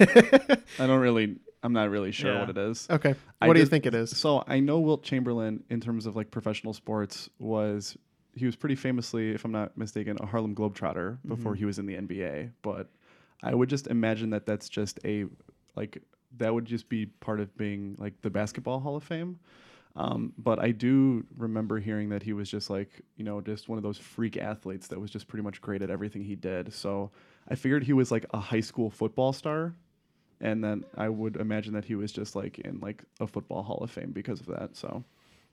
S7: I don't really. I'm not really sure
S4: Yeah.
S7: what it is.
S4: Okay.
S7: I
S4: What do you
S7: just-
S4: think it is?
S7: So I know Wilt Chamberlain, in terms of like professional sports, was he was pretty famously, if I'm not mistaken, a Harlem Globetrotter before
S4: Mhm.
S7: he was in the NBA. But I would just imagine that that's just a like that would just be part of being like the basketball Hall of Fame. Um, but I do remember hearing that he was just like, you know, just one of those freak athletes that was just pretty much great at everything he did. So I figured he was like a high school football star. And then I would imagine that he was just like in like a football Hall of Fame because of that. So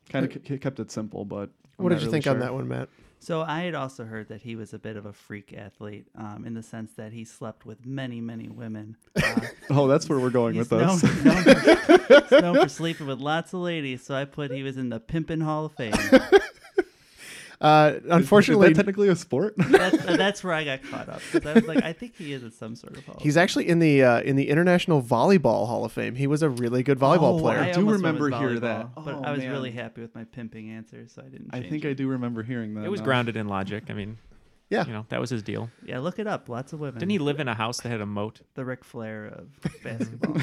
S7: kind of c- kept it simple, but I'm
S4: What
S7: not
S4: did you
S7: really
S4: think on
S7: sure.
S4: that one, Matt?
S8: So I had also heard that he was a bit of a freak athlete, um, in the sense that he slept with many,
S7: [laughs]
S8: many women. Uh,
S7: Oh, that's where we're going with
S8: he's
S7: this.
S8: known- known
S7: [laughs]
S8: for- he's known for sleeping with lots of ladies, so I put he was in the Pimpin' Hall of Fame.
S4: Uh, unfortunately,
S7: technically a sport.
S8: That's, uh, that's where I got caught up. 'cause I was like, I think he is in some sort of hall.
S4: He's actually in the uh, in the International Volleyball Hall of Fame. He was a really good volleyball
S8: Oh,
S4: player.
S8: I almost went with volleyball, But
S7: Oh,
S8: I was
S7: man.
S8: really happy with my pimping answer, so I didn't.
S7: I
S8: change
S7: think
S8: it.
S7: I do remember hearing that.
S5: It was
S7: now.
S5: grounded in logic. I mean,
S4: Yeah.
S5: you know that was his deal.
S8: Yeah, look it up. Lots of women.
S5: Didn't he live in a house that had a moat?
S8: The Ric Flair of basketball.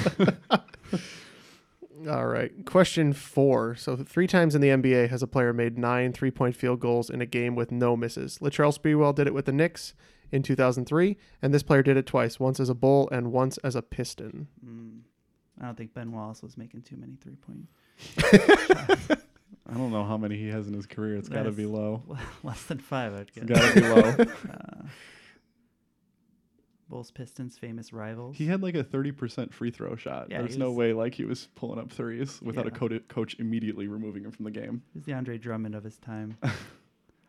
S4: All right. Question four. So three times in the NBA has a player made nine three-point field goals in a game with no misses. Latrell Sprewell did it with the Knicks in 2003, and this player did it twice: once as a Bull and once as a Piston.
S8: Mm. I don't think Ben Wallace was making too many three point.
S7: I don't know how many he has in his career. It's got to be low.
S8: [laughs] Less than five, I'd
S7: It's
S8: guess.
S7: got to be low. [laughs]
S8: [laughs] uh, Bulls Pistons famous rivals.
S7: He had like a 30% free throw shot.
S8: Yeah, he
S7: There's no
S8: was-
S7: way like he was pulling up threes without a
S8: Yeah.
S7: coach, coach immediately removing him from the game.
S8: He's the Andre Drummond of his time. uh,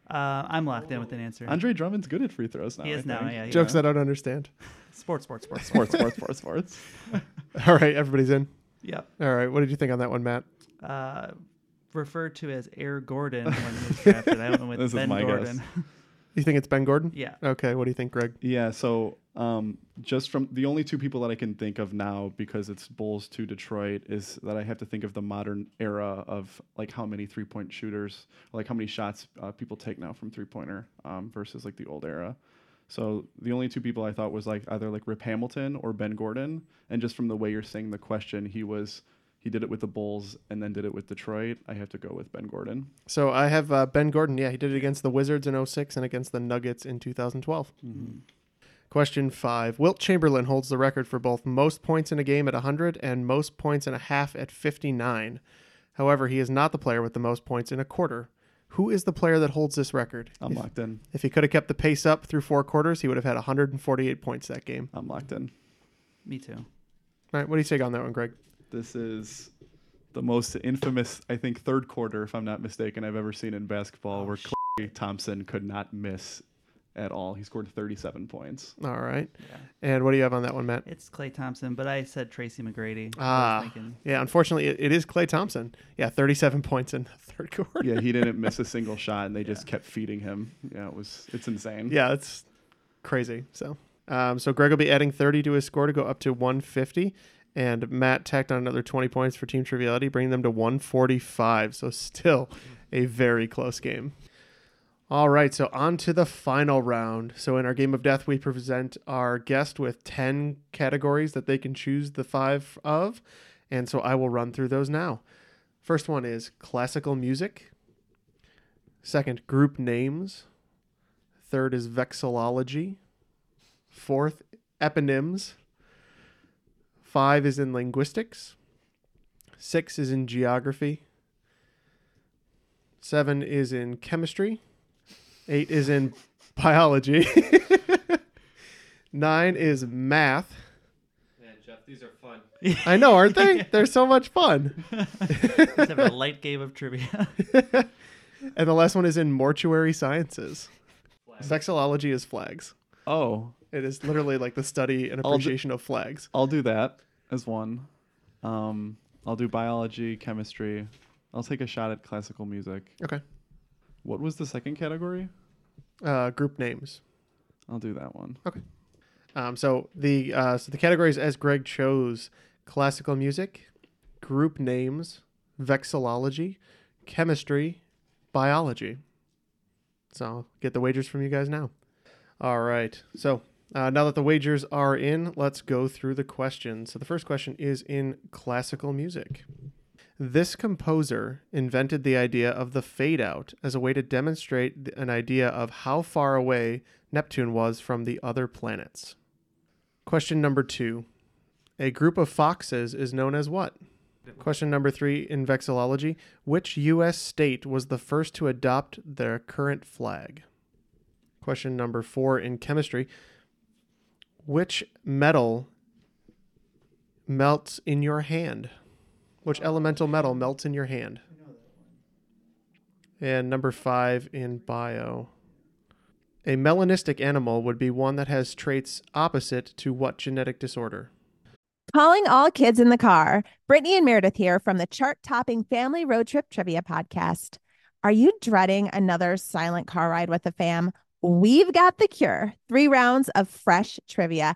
S8: I'm locked in with an answer.
S7: [laughs] Andre Drummond's good at free throws now.
S8: He
S7: I
S8: is now,
S7: think.
S8: yeah, he
S4: Jokes I don't understand.
S8: [laughs] Sports, sports,
S7: [laughs]
S8: sports,
S7: Sports, sports, sports, sports.
S4: [laughs] All right, everybody's in.
S8: Yeah.
S4: All right. What did you think on that one, Matt?
S8: Uh, referred to as Air Gordon when he was drafted. I went with
S7: This is
S8: Ben
S7: my guess.
S8: Gordon.
S4: You think it's Ben Gordon?
S8: Yeah.
S4: Okay. What do you think, Greg?
S7: Yeah, so um, just from the only two people that I can think of now because it's Bulls to Detroit is that I have to think of the modern era of like how many three point shooters, like how many shots uh, people take now from three pointer um, versus like the old era. So the only two people I thought was like either like Rip Hamilton or Ben Gordon, and just from the way you're saying the question, he was he did it with the Bulls and then did it with Detroit. I have to go with Ben Gordon.
S4: So I have uh, Ben Gordon. Yeah, he did it against the Wizards in 06 and against the Nuggets in 2012.
S7: Mm-hmm.
S4: Question five. Wilt Chamberlain holds the record for both most points in a game at 100 and most points and a half at 59. However, he is not the player with the most points in a quarter. Who is the player that holds this record?
S7: I'm
S4: If-
S7: locked in.
S4: If he could have kept the pace up through four quarters, he would have had 148 points that game.
S7: I'm locked in.
S8: [laughs] Me too.
S4: All right, what do you take on that one, Greg?
S7: This is the most infamous, I think, third quarter, if I'm not mistaken, I've ever seen in basketball, where
S4: Oh,
S7: Clay Thompson could not miss at all. He scored 37 points.
S4: All right. And what do you have on that one, Matt?
S8: It's Clay Thompson, but I said Tracy McGrady. I was
S4: Ah,
S8: thinking-
S4: yeah. Unfortunately, it, it is Clay Thompson. Yeah, 37 points in the third quarter.
S7: Yeah, he
S4: [laughs]
S7: didn't miss a single shot, and they just kept feeding him. Yeah, it was it's insane.
S4: Yeah, it's crazy. So, um, so Greg will be adding 30 to his score to go up to 150, and Matt tacked on another 20 points for team triviality, bringing them to 145. So, still a very close game. All right, so on to the final round. So in our game of death, we present our guest with 10 categories that they can choose the five of. And so I will run through those now. First one is classical music. Second, group names. Third is vexillology. Fourth, eponyms. Five is in linguistics. Six is in geography. Seven is in chemistry. Eight is in [laughs] biology. [laughs] Nine is math.
S6: Man, Jeff, these are fun.
S4: [laughs] I know, aren't
S6: [laughs]
S8: [laughs]
S4: they? They're so much fun.
S8: Let's have a light game of trivia.
S4: [laughs] and the last one is in mortuary sciences. Sexology is flags.
S7: Oh.
S4: It is literally like the study and
S7: I'll do-
S4: appreciation of flags.
S7: I'll do that as one. Um, I'll do biology, chemistry. I'll take a shot at classical music.
S4: Okay.
S7: What was the second category?
S4: Uh, group names.
S7: I'll do that one.
S4: Okay. Um, so the uh, so the categories as Greg chose: classical music, group names, vexillology, chemistry, biology. So get the wagers from you guys now. All right. So uh, now that the wagers are in, let's go through the questions. So the first question is in classical music. This composer invented the idea of the fade out as a way to demonstrate th- an idea of how far away Neptune was from the other planets. Question number two A group of foxes is known as what? Question number three in vexillology Which U.S. state was the first to adopt their current flag? Question number four in chemistry Which metal melts in your hand? Which elemental metal melts in your hand? And number five in bio. A melanistic animal would be one that has traits opposite to what genetic disorder?
S12: Calling all kids in the car. Brittany and Meredith here from the chart topping Family Road Trip Trivia Podcast. Are you dreading another silent car ride with the fam? We've got the cure. Three rounds of fresh trivia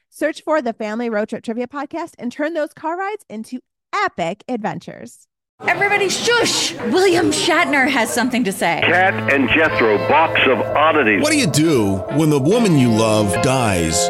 S12: Search for the Family Road Trip Trivia Podcast and turn those car rides into epic adventures.
S13: Everybody, shush! William Shatner has something to say.
S14: Cat and Jethro, box of oddities.
S15: What do you do when the woman you love dies?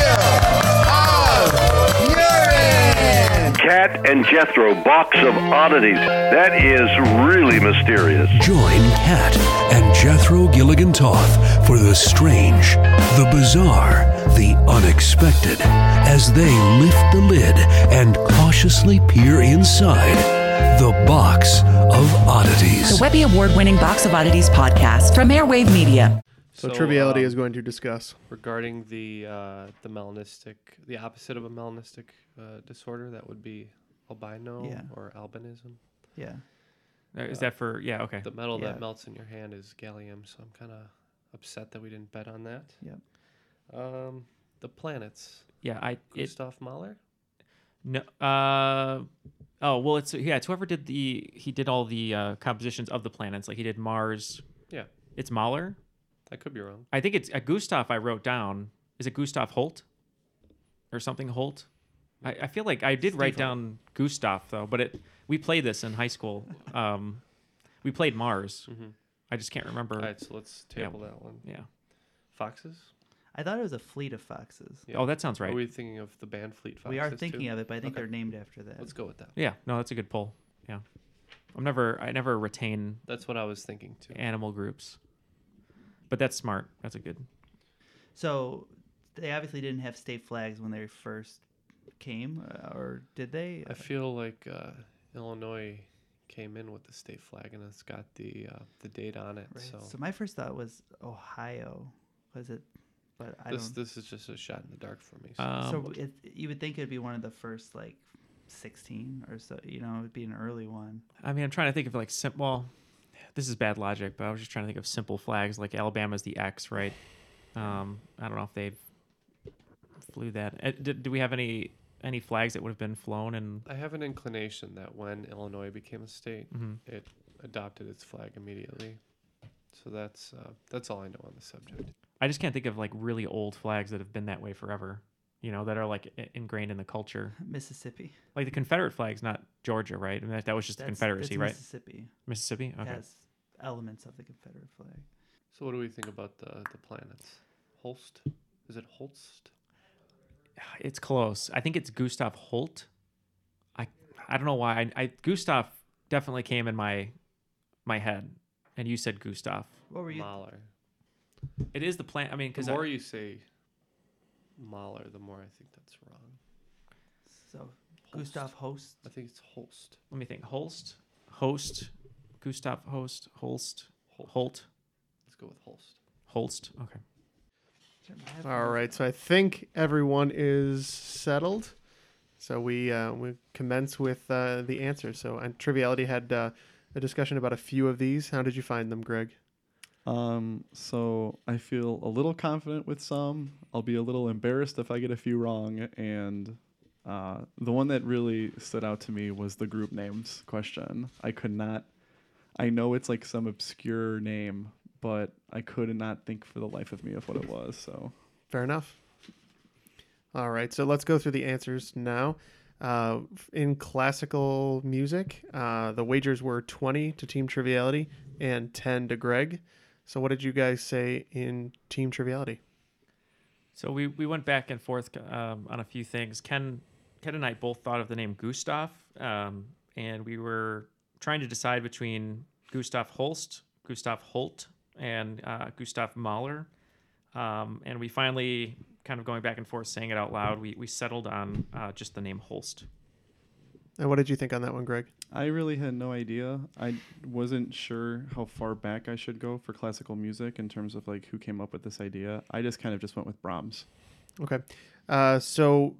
S14: Cat and Jethro, box of oddities. That is really mysterious.
S16: Join Kat and Jethro Gilligan Toth for the strange, the bizarre, the unexpected as they lift the lid and cautiously peer inside the box of oddities.
S17: The Webby Award winning Box of Oddities podcast from Airwave Media.
S4: So, triviality is going to discuss.
S6: Um, regarding the uh, the melanistic, the opposite of a melanistic uh, disorder. That would be albino
S8: Yeah.
S6: or albinism.
S8: yeah.
S5: Uh, Is that for yeah? Okay.
S6: The metal
S5: Yeah.
S6: that melts in your hand is gallium, so I'm kind of upset that we didn't bet on that.
S8: Yep.
S6: Um, the planets.
S5: Yeah, I it,
S6: Gustav Mahler.
S5: no. Uh, oh well, it's yeah. It's whoever did the he did all the uh, compositions of the planets. Like he did Mars.
S6: Yeah.
S5: It's Mahler.
S6: I could be wrong.
S5: I think it's a Gustav I wrote down. Is it Gustav Holt or something Holt? I, I feel like I did write down Gustav though, but it we played this in
S6: [laughs]
S5: high school. Um, we played Mars. I just can't remember.
S6: Mm-hmm. All right, so let's
S5: Yeah.
S6: table that one.
S5: Yeah.
S6: Foxes.
S8: I thought it was a fleet of foxes.
S5: Oh, that sounds right.
S6: Are we thinking of the band Fleet Foxes?
S8: We are
S6: too?
S8: thinking of it, but I think
S6: Okay.
S8: they're named after that.
S6: Let's go with that.
S5: Yeah, no, that's a good pull. Yeah, I'm never, I never retain
S6: That's what I was thinking too.
S5: animal groups, but that's smart. That's a good.
S8: So they obviously didn't have state flags when they first came, uh, or did they?
S6: I feel like uh, Illinois came in with the state flag, and it's got the uh, the date on it.
S8: Right.
S6: So,
S8: So my first thought was Ohio. Was it? But I
S6: this
S8: don't.
S6: this is just a shot in the dark for me.
S5: Um,
S8: so it, you would think it'd be one of the first like 16 or so. You know, it'd be an early one.
S5: I mean, I'm trying to think of like sim- well, this is bad logic, but I was just trying to think of simple flags like Alabama's the X, right? Um, I don't know if they flew that. Uh, did, do we have any any flags that would have been flown? And
S6: I have an inclination that when Illinois became a state,
S5: Mhm.
S6: it adopted its flag immediately. So that's uh, that's all I know on the subject.
S5: I just can't think of like really old flags that have been that way forever. You know, that are like i- ingrained in the culture.
S8: [laughs] Mississippi.
S5: Like the Confederate flag's not Georgia, right? I mean, that, that was just the
S8: That's-
S5: Confederacy,
S8: that's
S5: right?
S8: Mississippi.
S5: Mississippi. Okay.
S8: Has elements of the Confederate flag.
S6: So what do we think about the the planets? Holst, is it Holst?
S5: It's close. I think it's Gustav Holt. I I don't know why. I, I Gustav definitely came in my my head, and you said Gustav.
S8: What were you?
S6: Mahler.
S5: It is the plant. I mean, because
S6: the more you say Mahler, the more I think that's wrong.
S8: So Gustav Holst.
S6: I think it's Holst.
S5: let me think. Holst, Host, Gustav Host, Holst, Holt,
S6: Let's go with Holst.
S5: Holst. Okay.
S4: All right, so I think everyone is settled. So we uh, we commence with uh, the answer. So and Triviality had uh, a discussion about a few of these. How did you find them, Greg?
S7: Um, so I feel a little confident with some. I'll be a little embarrassed if I get a few wrong. And uh, the one that really stood out to me was the group names question. I could not. I know it's like some obscure name, but I could not think for the life of me of what it was. So
S4: Fair enough. All right, so let's go through the answers now. Uh, in classical music, uh, the wagers were 20 to Team Triviality and 10 to Greg. So what did you guys say in Team Triviality?
S5: So we, we went back and forth um, on a few things. Ken Ken and I both thought of the name Gustav, um, and we were trying to decide between Gustav Holst, Gustav Holt, and uh, Gustav Mahler. Um, and we finally, kind of going back and forth, saying it out loud, we, we settled on uh, just the name Holst.
S4: And what did you think on that one, Greg?
S7: I really had no idea. I wasn't sure how far back I should go for classical music in terms of like who came up with this idea. I just kind of just went with Brahms.
S4: Okay. Uh, so,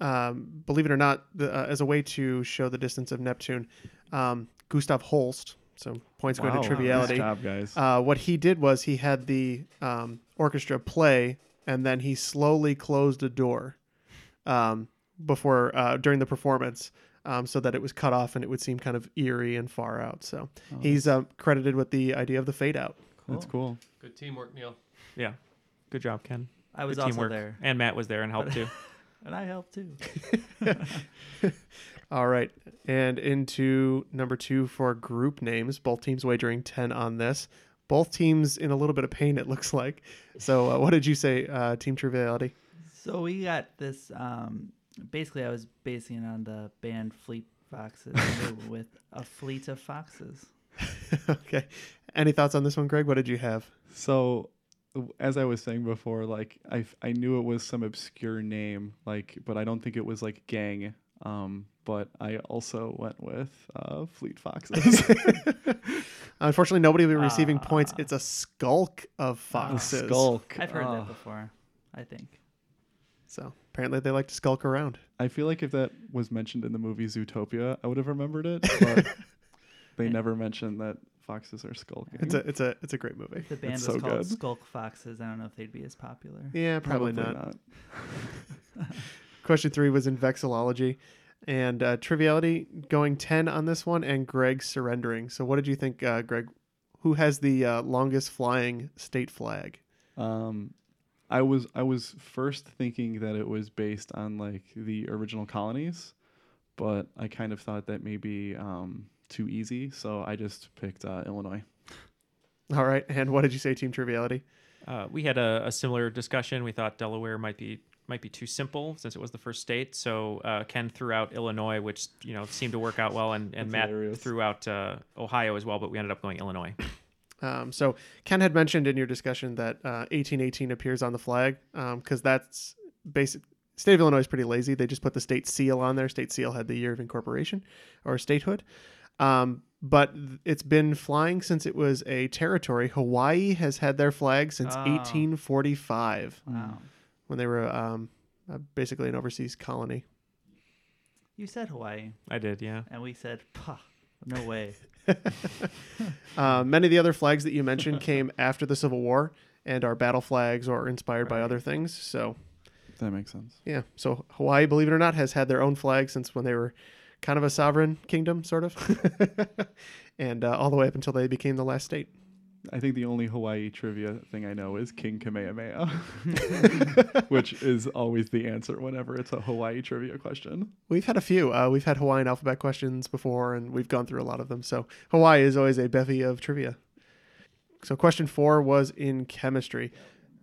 S4: um, believe it or not, the, uh, as a way to show the distance of Neptune, um, Gustav Holst. So points going
S7: Wow.
S4: to triviality.
S7: Nice job, guys.
S4: Uh, what he did was he had the um, orchestra play, and then he slowly closed a door um, before uh, during the performance. Um, so that it was cut off and it would seem kind of eerie and far out. So he's uh, credited with the idea of the fade out.
S7: Oh, That's cool.
S6: Good teamwork, Neil.
S5: Yeah. Good job, Ken.
S8: I was
S5: Good
S8: also there.
S5: And Matt was there and
S8: [laughs]
S5: helped too.
S8: And I
S5: [laughs]
S8: helped too. [laughs]
S4: All right. And into number two for group names. Both teams wagering 10 on this. Both teams in a little bit of pain, it looks like. So, uh, what did you say, uh, Team Triviality?
S8: So we got this. Um, basically, I was basing it on the band Fleet Foxes
S5: [laughs]
S8: with a fleet of foxes.
S4: okay. Any thoughts on this one, Greg? What did you have?
S7: So, w- as I was saying before, like I, f- I knew it was some obscure name, like, but I don't think it was like gang. Um, but I also went with uh, Fleet Foxes. [laughs] Uh,
S4: Unfortunately, nobody will be receiving [laughs] points. It's a skulk of foxes.
S8: I've heard
S5: Oh.
S8: that before. I think.
S4: So, apparently, they like to skulk around.
S7: I feel like if that was mentioned in the movie Zootopia, I would have remembered
S4: [laughs]
S7: it. But they never mentioned that foxes are skulking.
S4: It's a, it's a, it's a great movie.
S8: The band
S7: It's
S8: was
S7: so
S8: called
S7: good.
S8: Skulk Foxes. I don't know if they'd be as popular.
S4: Yeah, probably, not. [laughs] Question three was in vexillology and uh, triviality going 10 on this one and Greg surrendering. So, what did you think, uh, Greg? Who has the uh, longest flying state flag?
S7: Um, I was I was first thinking that it was based on like the original colonies, but I kind of thought that maybe um, too easy, so I just picked uh, Illinois.
S4: All right. And what did you say, Team Triviality?
S5: Uh, we had a, a similar discussion. We thought Delaware might be might be too simple since it was the first state. So uh, Ken threw out Illinois, which you know seemed to work out well, and, and
S4: That's
S5: Matt
S4: hilarious.
S5: threw out uh, Ohio as well. But we ended up going Illinois.
S4: Um, so, Ken had mentioned in your discussion that uh, 1818 appears on the flag because that's basic. State of Illinois is pretty lazy. They just put the state seal on there. State seal had the year of incorporation or statehood. Um, but th- it's been flying since it was a territory. Hawaii has had their flag since
S8: Oh.
S4: 1845.
S8: Wow.
S4: When they were um, uh, basically an overseas colony.
S8: You said Hawaii.
S5: I did, yeah.
S8: And we said, Pah, no
S5: [laughs]
S8: way.
S4: Uh, many of the other flags that you
S8: [laughs]
S4: mentioned came after the Civil War and are battle flags or inspired by other things. So
S7: That makes sense.
S4: Yeah. So Hawaii, believe it or not, has had their own flag since when they were kind of a sovereign kingdom, sort of, and uh, all the way up until they became the last state.
S7: I think the only Hawaii trivia thing I know is King
S4: [laughs]
S7: Kamehameha, [laughs] which is always the answer whenever it's a Hawaii trivia question.
S4: We've had a few. Uh, we've had Hawaiian alphabet questions before, and we've gone through a lot of them. So Hawaii is always a bevy of trivia. So question four was in chemistry.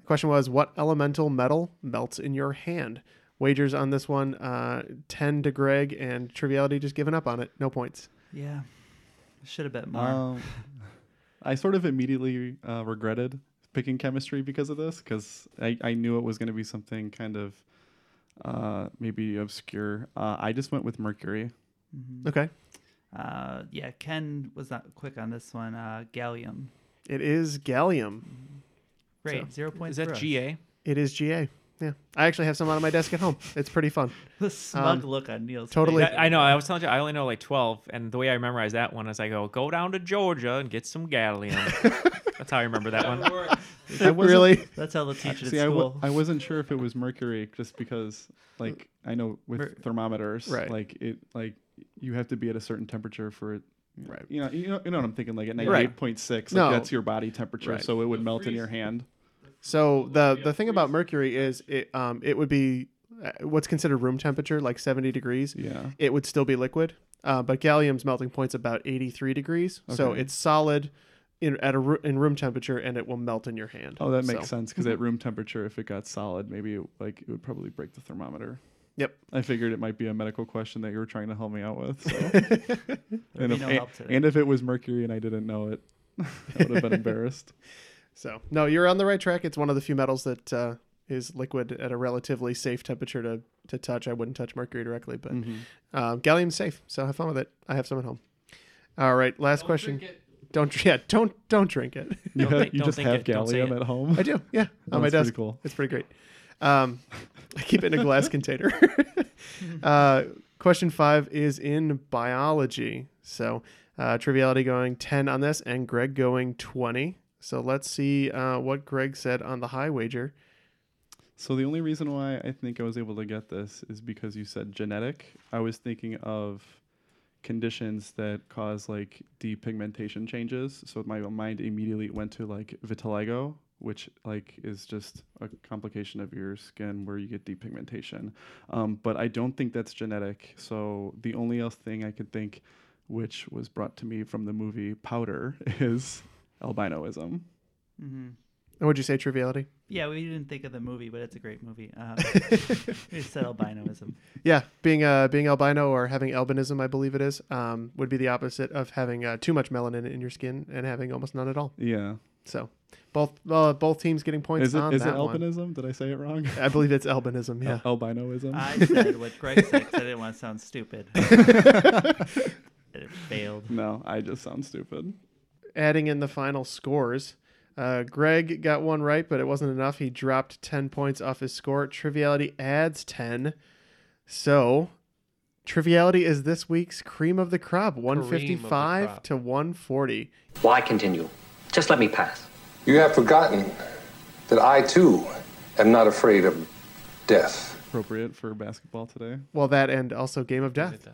S4: The question was, what elemental metal melts in your hand? Wagers on this one, uh, 10 to Greg, and triviality just given up on it. No points.
S8: Yeah. Should have bet more.
S7: Um, I sort of immediately uh, regretted picking chemistry because of this, because I, I knew it was going to be something kind of uh, maybe obscure. Uh, I just went with mercury.
S8: Mhm.
S4: Okay.
S8: Uh, yeah, Ken was not quick on this one. Uh, gallium.
S4: It is gallium.
S8: Great. Zero points. for us.
S4: It is GA. Yeah. I actually have some out on my desk at home. It's pretty fun.
S8: [laughs] The smug
S4: Um,
S8: look on Neil's
S4: Totally.
S5: That- I know. I was telling you, I only know like 12. And the way I memorize that one is I go, go down to Georgia and get
S4: [laughs]
S5: some gallium. That's how I remember that one.
S7: I wasn't- [laughs]
S8: [laughs]
S5: teachers
S7: See, I wa- I wasn't sure if it was mercury, just because, like, I know with thermometers,
S4: Right.
S7: Like it, like you have to be at a certain temperature for it.
S4: Right.
S7: You know, you know, you know what I'm thinking. Like at
S4: Right.
S7: 98.6, like
S4: No.
S7: that's your body temperature,
S4: Right.
S7: so it would melt in your hand.
S4: So the the thing about mercury is it um it would be uh, what's considered room temperature, like 70 degrees.
S7: Yeah.
S4: It would still be liquid. Uh, but gallium's melting point's about 83 degrees, so
S7: Okay.
S4: it's solid in at a ru- in room temperature, and it will melt in your hand.
S7: Oh, that makes
S4: So-
S7: sense.
S4: [laughs]
S7: Because at room temperature, if it got solid, maybe it, like it would probably break the thermometer.
S4: Yep.
S7: I figured it might be a medical question that you were trying to help me out with. So.
S4: There'd
S7: and,
S4: be
S7: if,
S4: no
S7: and,
S4: help today.
S7: and if it was mercury and I didn't know it, [laughs] I would have
S4: [laughs]
S7: been embarrassed.
S4: So no, you're on the right track. It's one of the few metals that uh, is liquid at a relatively safe temperature to to touch. I wouldn't touch mercury directly, but
S7: Mhm.
S4: uh, gallium's safe. So have fun with it. I have some at home. All right, last question. Don't dr- yeah, don't don't drink it.
S7: You Don't have- think- you don't just think have it, don't say gallium it. at home?
S4: I do.
S7: [laughs]
S4: Yeah,
S7: Well,
S4: on my
S7: that's pretty
S4: desk.
S7: cool.
S4: It's pretty great. Um, [laughs] I keep it in
S7: [laughs]
S4: a glass container. uh, question five is in biology. So uh, triviality going 10 on this and Greg going 20. So let's see uh, what Greg said on the high wager.
S7: So the only reason why I think I was able to get this is because you said genetic. I was thinking of conditions that cause like depigmentation changes. So my mind immediately went to like vitiligo, which like is just a complication of your skin where you get depigmentation. Um, but I don't think that's genetic. So the only else thing I could think, which was brought to me from the movie Powder, [laughs] is albinoism.
S8: hmm
S4: And would you say triviality?
S8: Yeah, we didn't think of the movie, but it's a great movie.
S5: [laughs]
S8: Uh, we said albinoism.
S4: Yeah, being uh, being albino or having albinism, I believe it is, um, would be the opposite of having uh, too much melanin in your skin and having almost none at all.
S7: Yeah.
S4: So both uh, both teams getting points
S7: Is it,
S4: on
S7: is it
S4: that one.
S7: albinism? Did I say it wrong?
S4: I believe it's albinism. Yeah,
S7: Al- albinoism.
S8: I said what Greg said 'cause I didn't want to
S5: [laughs]
S8: sound stupid. [laughs] it failed.
S7: No, I just sound stupid.
S4: adding in the final scores. Uh, Greg got one right, but it wasn't enough. He dropped 10 points off his score. Triviality adds 10. So, Triviality is this week's cream of the crop 155
S2: crop.
S4: to 140.
S2: Why continue? Just let me pass.
S1: You have forgotten that I too am not afraid of death.
S7: Appropriate for basketball today.
S4: Well, that and also Game of Death.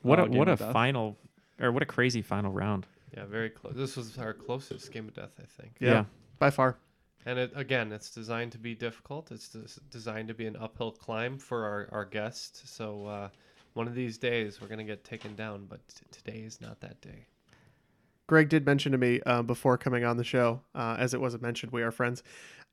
S5: What
S7: Oh,
S5: a
S7: Game
S5: what a
S7: of Death.
S5: final or what a crazy final round.
S6: Yeah, very close. This was our closest game of death, I think.
S5: Yeah.
S4: By far.
S6: And it, again, it's designed to be difficult. It's des- designed to be an uphill climb for our, our guest. So uh, one of these days we're going to get taken down, but t- today is not that day.
S4: Greg did mention to me uh, before coming on the show, uh, as it wasn't mentioned, we are friends.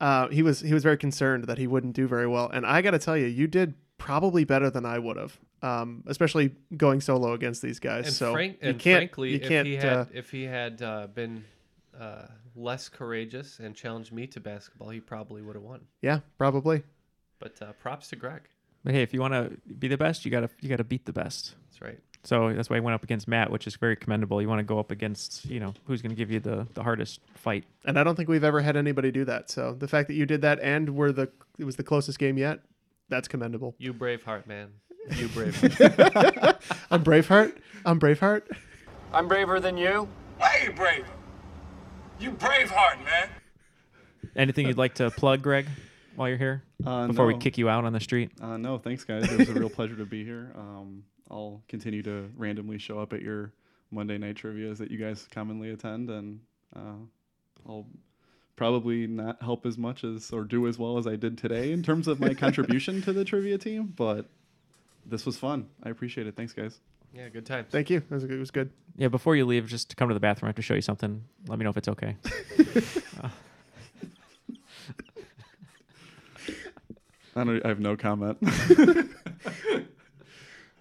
S4: Uh, he was he was very concerned that he wouldn't do very well, and I got to tell you, you did probably better than I would have, um, especially going solo against these guys.
S6: And,
S4: so
S6: frank-
S4: you
S6: and
S4: can't
S6: frankly,
S4: you can't
S6: if he had,
S4: uh,
S6: if he had uh, been uh, less courageous and challenged me to basketball, he probably would have won.
S4: yeah probably
S6: But uh, props to Greg.
S5: But hey, if you want to be the best, you gotta you gotta beat the best.
S6: That's right.
S5: So that's why he went up against Matt, which is very commendable. You want to go up against, you know, who's going to give you the, the hardest fight.
S4: And I don't think we've ever had anybody do that. So the fact that you did that and were the it was the closest game yet, that's commendable.
S6: You Braveheart, man. You [laughs] Braveheart.
S4: I'm Braveheart. I'm Braveheart.
S18: I'm braver than you. Way braver. You Braveheart, man.
S5: Anything
S4: [laughs]
S5: you'd like to plug, Greg, while you're here?
S7: Uh,
S5: before we
S7: no.
S5: kick you out on the street?
S7: Uh, no, thanks, guys. It was a real pleasure to be here. Um, I'll continue to randomly show up at your Monday night trivia's that you guys commonly attend, and uh, I'll probably not help as much as or do as well as I did today in terms of my contribution to the trivia team. But this was fun. I appreciate it. Thanks, guys.
S6: Yeah, good times.
S4: Thank you. It was good. It was good.
S5: Yeah, before you leave, just come to the bathroom. I have to show you something. Let me know if
S4: [laughs]
S5: it's okay. [laughs] Uh,
S7: I, don't, I have no comment.
S4: [laughs]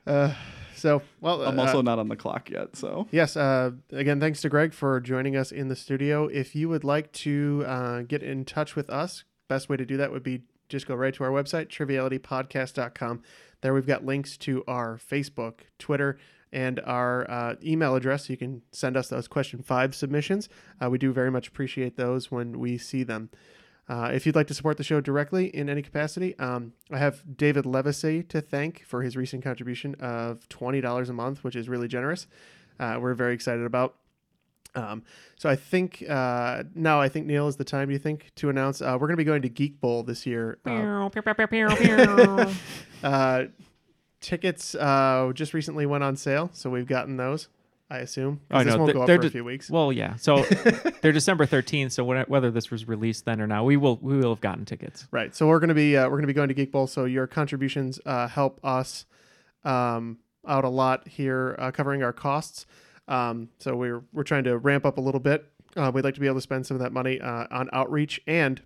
S4: Uh, so well,
S7: I'm
S4: uh,
S7: also not on the clock yet, so
S4: Yes. Uh, again, thanks to Greg for joining us in the studio. If you would like to uh, get in touch with us, best way to do that would be just go right to our website, trivialitypodcast.com. There we've got links to our Facebook, Twitter, and our uh, email address. So you can send us those question five submissions. Uh, we do very much appreciate those when we see them. Uh, if you'd like to support the show directly in any capacity, um, I have David Levesey to thank for his recent contribution of $20 a month, which is really generous. Uh, we're very excited about. Um, so I think uh, now I think Neil is the time you think to announce uh, we're going to be going to Geek Bowl this year. Um,
S5: [laughs] Oh,
S4: uh, tickets uh, just recently went on sale, so we've gotten those. I assume 'cause this won't
S5: th-
S4: go up for a
S5: they're de-
S4: few weeks.
S5: Well, yeah. So
S4: [laughs]
S5: they're December 13th. So when, whether this was released then or not, we will we will have gotten tickets.
S4: Right. So we're gonna be uh, we're gonna be going to Geek Bowl. So your contributions uh, help us um, out a lot here, uh, covering our costs. Um, so we're we're trying to ramp up a little bit. Uh, we'd like to be able to spend some of that money uh, on outreach, and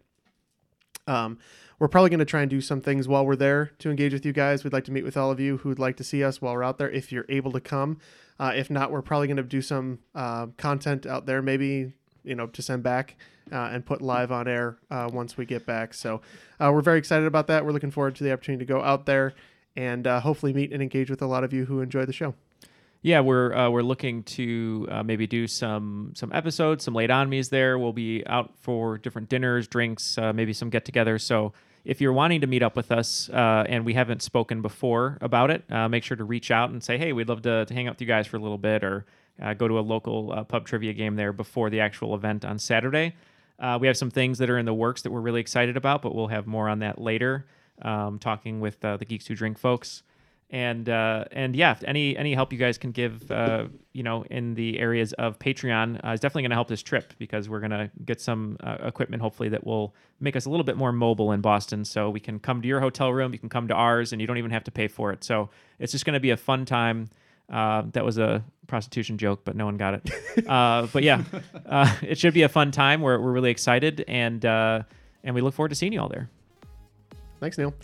S4: um, we're probably going to try and do some things while we're there to engage with you guys. We'd like to meet with all of you who'd like to see us while we're out there, if you're able to come. Uh, if not, we're probably going to do some uh, content out there, maybe you know, to send back uh, and put live on air uh, once we get back. So uh, we're very excited about that. We're looking forward to the opportunity to go out there and uh, hopefully meet and engage with a lot of you who enjoy the show.
S5: Yeah, we're uh, we're looking to uh, maybe do some some episodes, some late on me's there. We'll be out for different dinners, drinks, uh, maybe some get-togethers. So if you're wanting to meet up with us uh, and we haven't spoken before about it, uh, make sure to reach out and say, hey, we'd love to, to hang out with you guys for a little bit, or uh, go to a local uh, pub trivia game there before the actual event on Saturday. Uh, we have some things that are in the works that we're really excited about, but we'll have more on that later. Um, talking with uh, the Geeks Who Drink folks and uh, and yeah, if any any help you guys can give, uh, you know, in the areas of Patreon uh, is definitely going to help this trip because we're going to get some uh, equipment hopefully that will make us a little bit more mobile in Boston, so we can come to your hotel room, you can come to ours, and you don't even have to pay for it. So it's just going to be a fun time. Uh, that was a prostitution joke, but no one got it. uh, but yeah, uh, it should be a fun time. We're we're really excited and uh, and we look forward to seeing you all there.
S4: Thanks, Neil.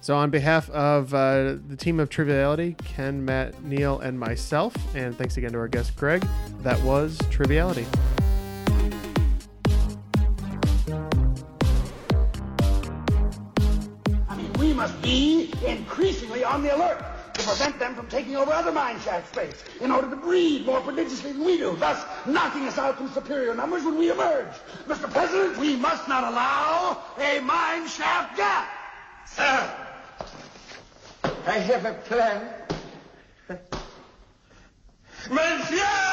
S4: So, on behalf of uh, the team of Triviality, Ken, Matt, Neil, and myself, and thanks again to our guest Greg, that was Triviality.
S19: I mean, we must be increasingly on the alert to prevent them from taking over other mine shaft space in order to breed more prodigiously than we do, thus knocking us out from superior numbers when we emerge. Mr. President, we must not allow a mine shaft gap. Sir,
S18: I have a plan.
S19: Monsieur!